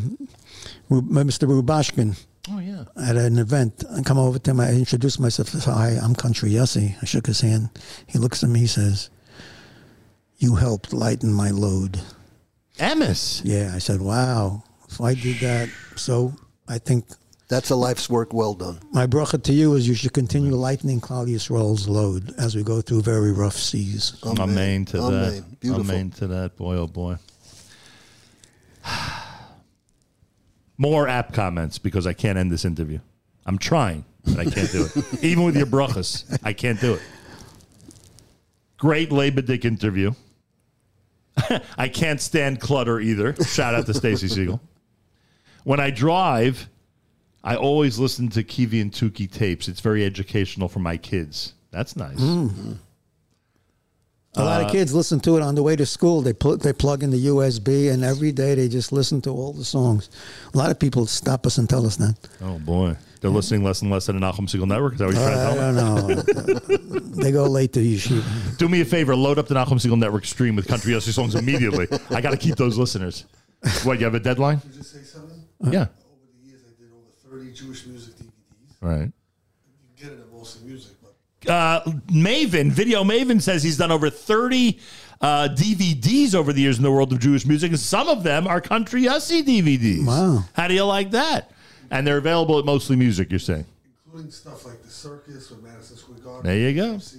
Ru- Mr. Rubashkin Oh, yeah. at an event. I come over to him, I introduced myself. I said, Hi, I'm Country Yossi. I shook his hand. He looks at me, he says, You helped lighten my load. Emmis. Yeah, I said, Wow. If I did that, so I think That's a life's work well done. my bracha to you is you should continue lightening Claudius Roll's load as we go through very rough seas. Amen, to Amen. that. Beautiful. Amen to that. Boy, oh, boy. More app comments because I can't end this interview. I'm trying, but I can't do it. Even with your brachas, I can't do it. Great Labadick interview. I can't stand clutter either. Shout out to Stacy Siegel. When I drive, I always listen to Kiwi and Tuki tapes. It's very educational for my kids. That's nice. A lot of Uh, kids listen to it on the way to school. They pl- they plug in the USB, and every day they just listen to all the songs. A lot of people stop us and tell us that. Oh boy, they're listening less and less at the Nahum Single Network. Is that what you're trying to I tell me? don't know. they go late to yeshiva. Do me a favor, load up the Nahum Single Network stream with country Yossi songs immediately. I got to keep those listeners. What you have a deadline? Did you just say something? Yeah. Over the years, I did over 30 Jewish music DVDs. All right. You get it at Molson Music, but Uh, Maven, Video Maven says he's done over 30 uh, DVDs over the years in the world of Jewish music, and some of them are country Yossi DVDs. Wow. How do you like that? And they're available at Mostly Music, you're saying? including stuff like the circus with Madison Square Garden. There you go. See,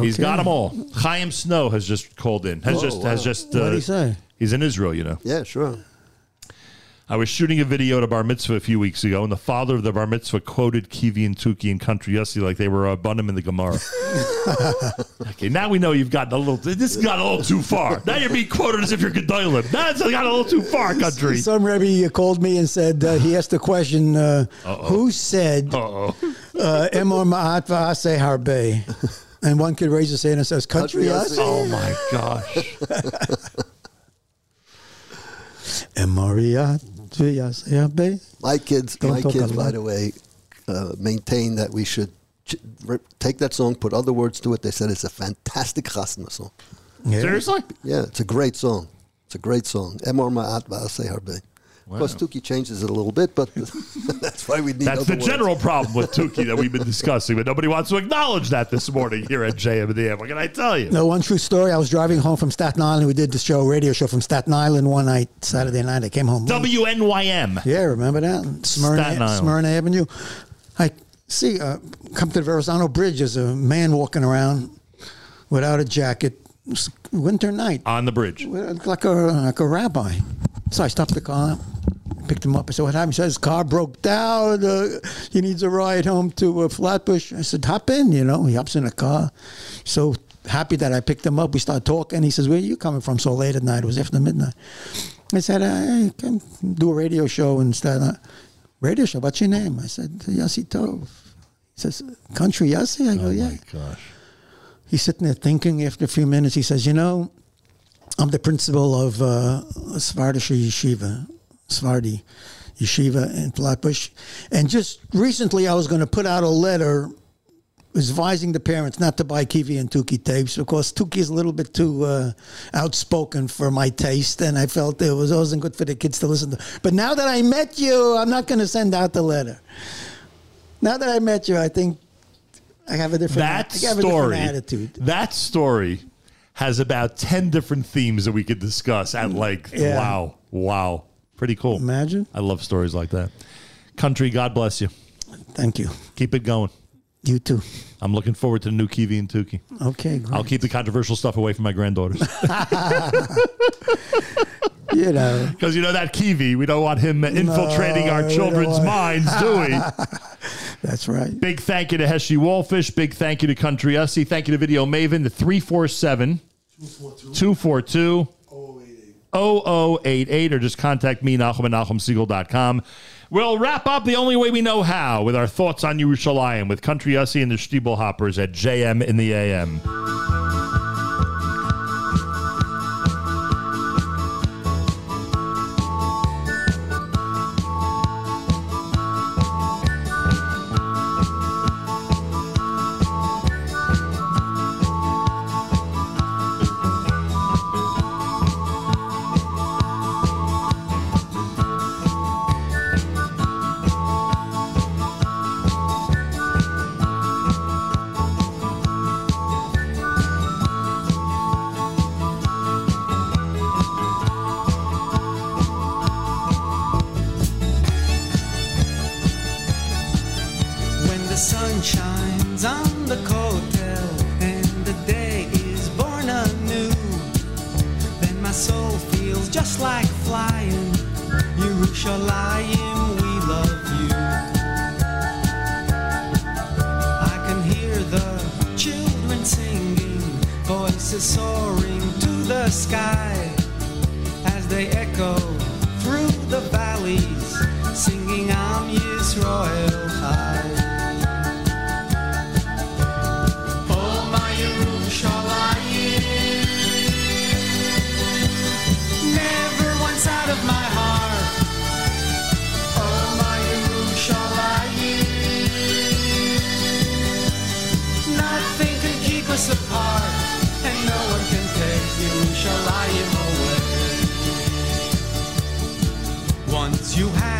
He's Okay. got them all. Chaim Snow has just called in. Has Whoa, just has wow. just. uh, What do you say? He's in Israel, you know. Yeah, sure. I was shooting a video at a bar mitzvah a few weeks ago, and the father of the bar mitzvah quoted Kivi and Tuki and Country Yossi like they were a bunnim in the Gemara. okay, now we know you've gotten a little. This has got a little too far. Now you're being quoted as if you're Gedolim. That's got a little too far, Country. Some Rebbe called me and said uh, he asked the question, uh, "Who said Uh-oh. uh, Emor Ma'at Va'ase Harbe?" And one kid raises his hand and says, "Country us." Country us. Oh my gosh. Emor Ma'at Va'ase Harbe. My kids, Don't my talk kids, a by lot. the way, uh, maintain that we should ch- re- take that song, put other words to it. They said it's a fantastic chasna song. Yeah. Seriously? Yeah, it's a great song. It's a great song. Emor Ma'at Va'aseh Harbe. Of course, Tuki changes it a little bit, but that's why we need That's other the words. general problem with Tuki that we've been discussing, but nobody wants to acknowledge that this morning here at JM and the What can I tell you? No, one true story. I was driving home from Staten Island. We did the show, radio show from Staten Island one night, Saturday night. I came home. late. WNYM. Yeah, remember that? Smyrna, Staten Island. Smyrna Avenue. I see, uh, come to the Verrazano Bridge, there's a man walking around without a jacket. It's winter night, On the bridge. like a, like a rabbi. So I stopped the car, picked him up. I said, What happened? He said, His car broke down. Uh, he needs a ride home to uh, Flatbush. I said, Hop in, you know. He hops in the car. So happy that I picked him up. We start talking. He says, Where are you coming from so late at night? It was after midnight. I said, I can do a radio show instead. Uh, radio show, what's your name? I said, Yossi Tov. He says, Country Yossi? I go, yeah. gosh. He's sitting there thinking after a few minutes. He says, You know, I'm the principal of uh, Svardisha Yeshiva, Svardi Yeshiva in Flatbush. And just recently, I was going to put out a letter advising the parents not to buy Kiwi and Tuki tapes because Tuki is a little bit too uh, outspoken for my taste, and I felt it was wasn't good for the kids to listen to. But now that I met you, I'm not going to send out the letter. Now that I met you, I think I have a different, That I have a story. different attitude. That story has about 10 different themes that we could discuss at like, Mm, Yeah. wow, wow. Pretty cool. Imagine. I love stories like that. Country, God bless you. Thank you. Keep it going. You too. I'm looking forward to the new Kiwi and Tuki. Okay, great. I'll keep the controversial stuff away from my granddaughters. you know. Because you know that Kiwi, we don't want him infiltrating No, our we don't children's want- minds, do we? That's right. Big thank you to Heshi Wallfish. Big thank you to Country Ussie. Thank you to Video Maven, the 347 242 088. 0088, or just contact me, Nahum at NahumSiegel.com. We'll wrap up the only way we know how with our thoughts on Yerushalayim with Country Ussie and the Stiebel Hoppers at JM in the AM. when the sun shines on the hotel and the day is born anew. Then my soul feels just like flying. Yerushalayim, we love you. I can hear the children singing, voices soaring to the sky as they echo through the valleys, singing Am Yisrael High. Oh my Yerushalayim, never once out of my heart. Oh my Yerushalayim, nothing can keep us apart, and no one can take Yerushalayim away. Once you had Oh,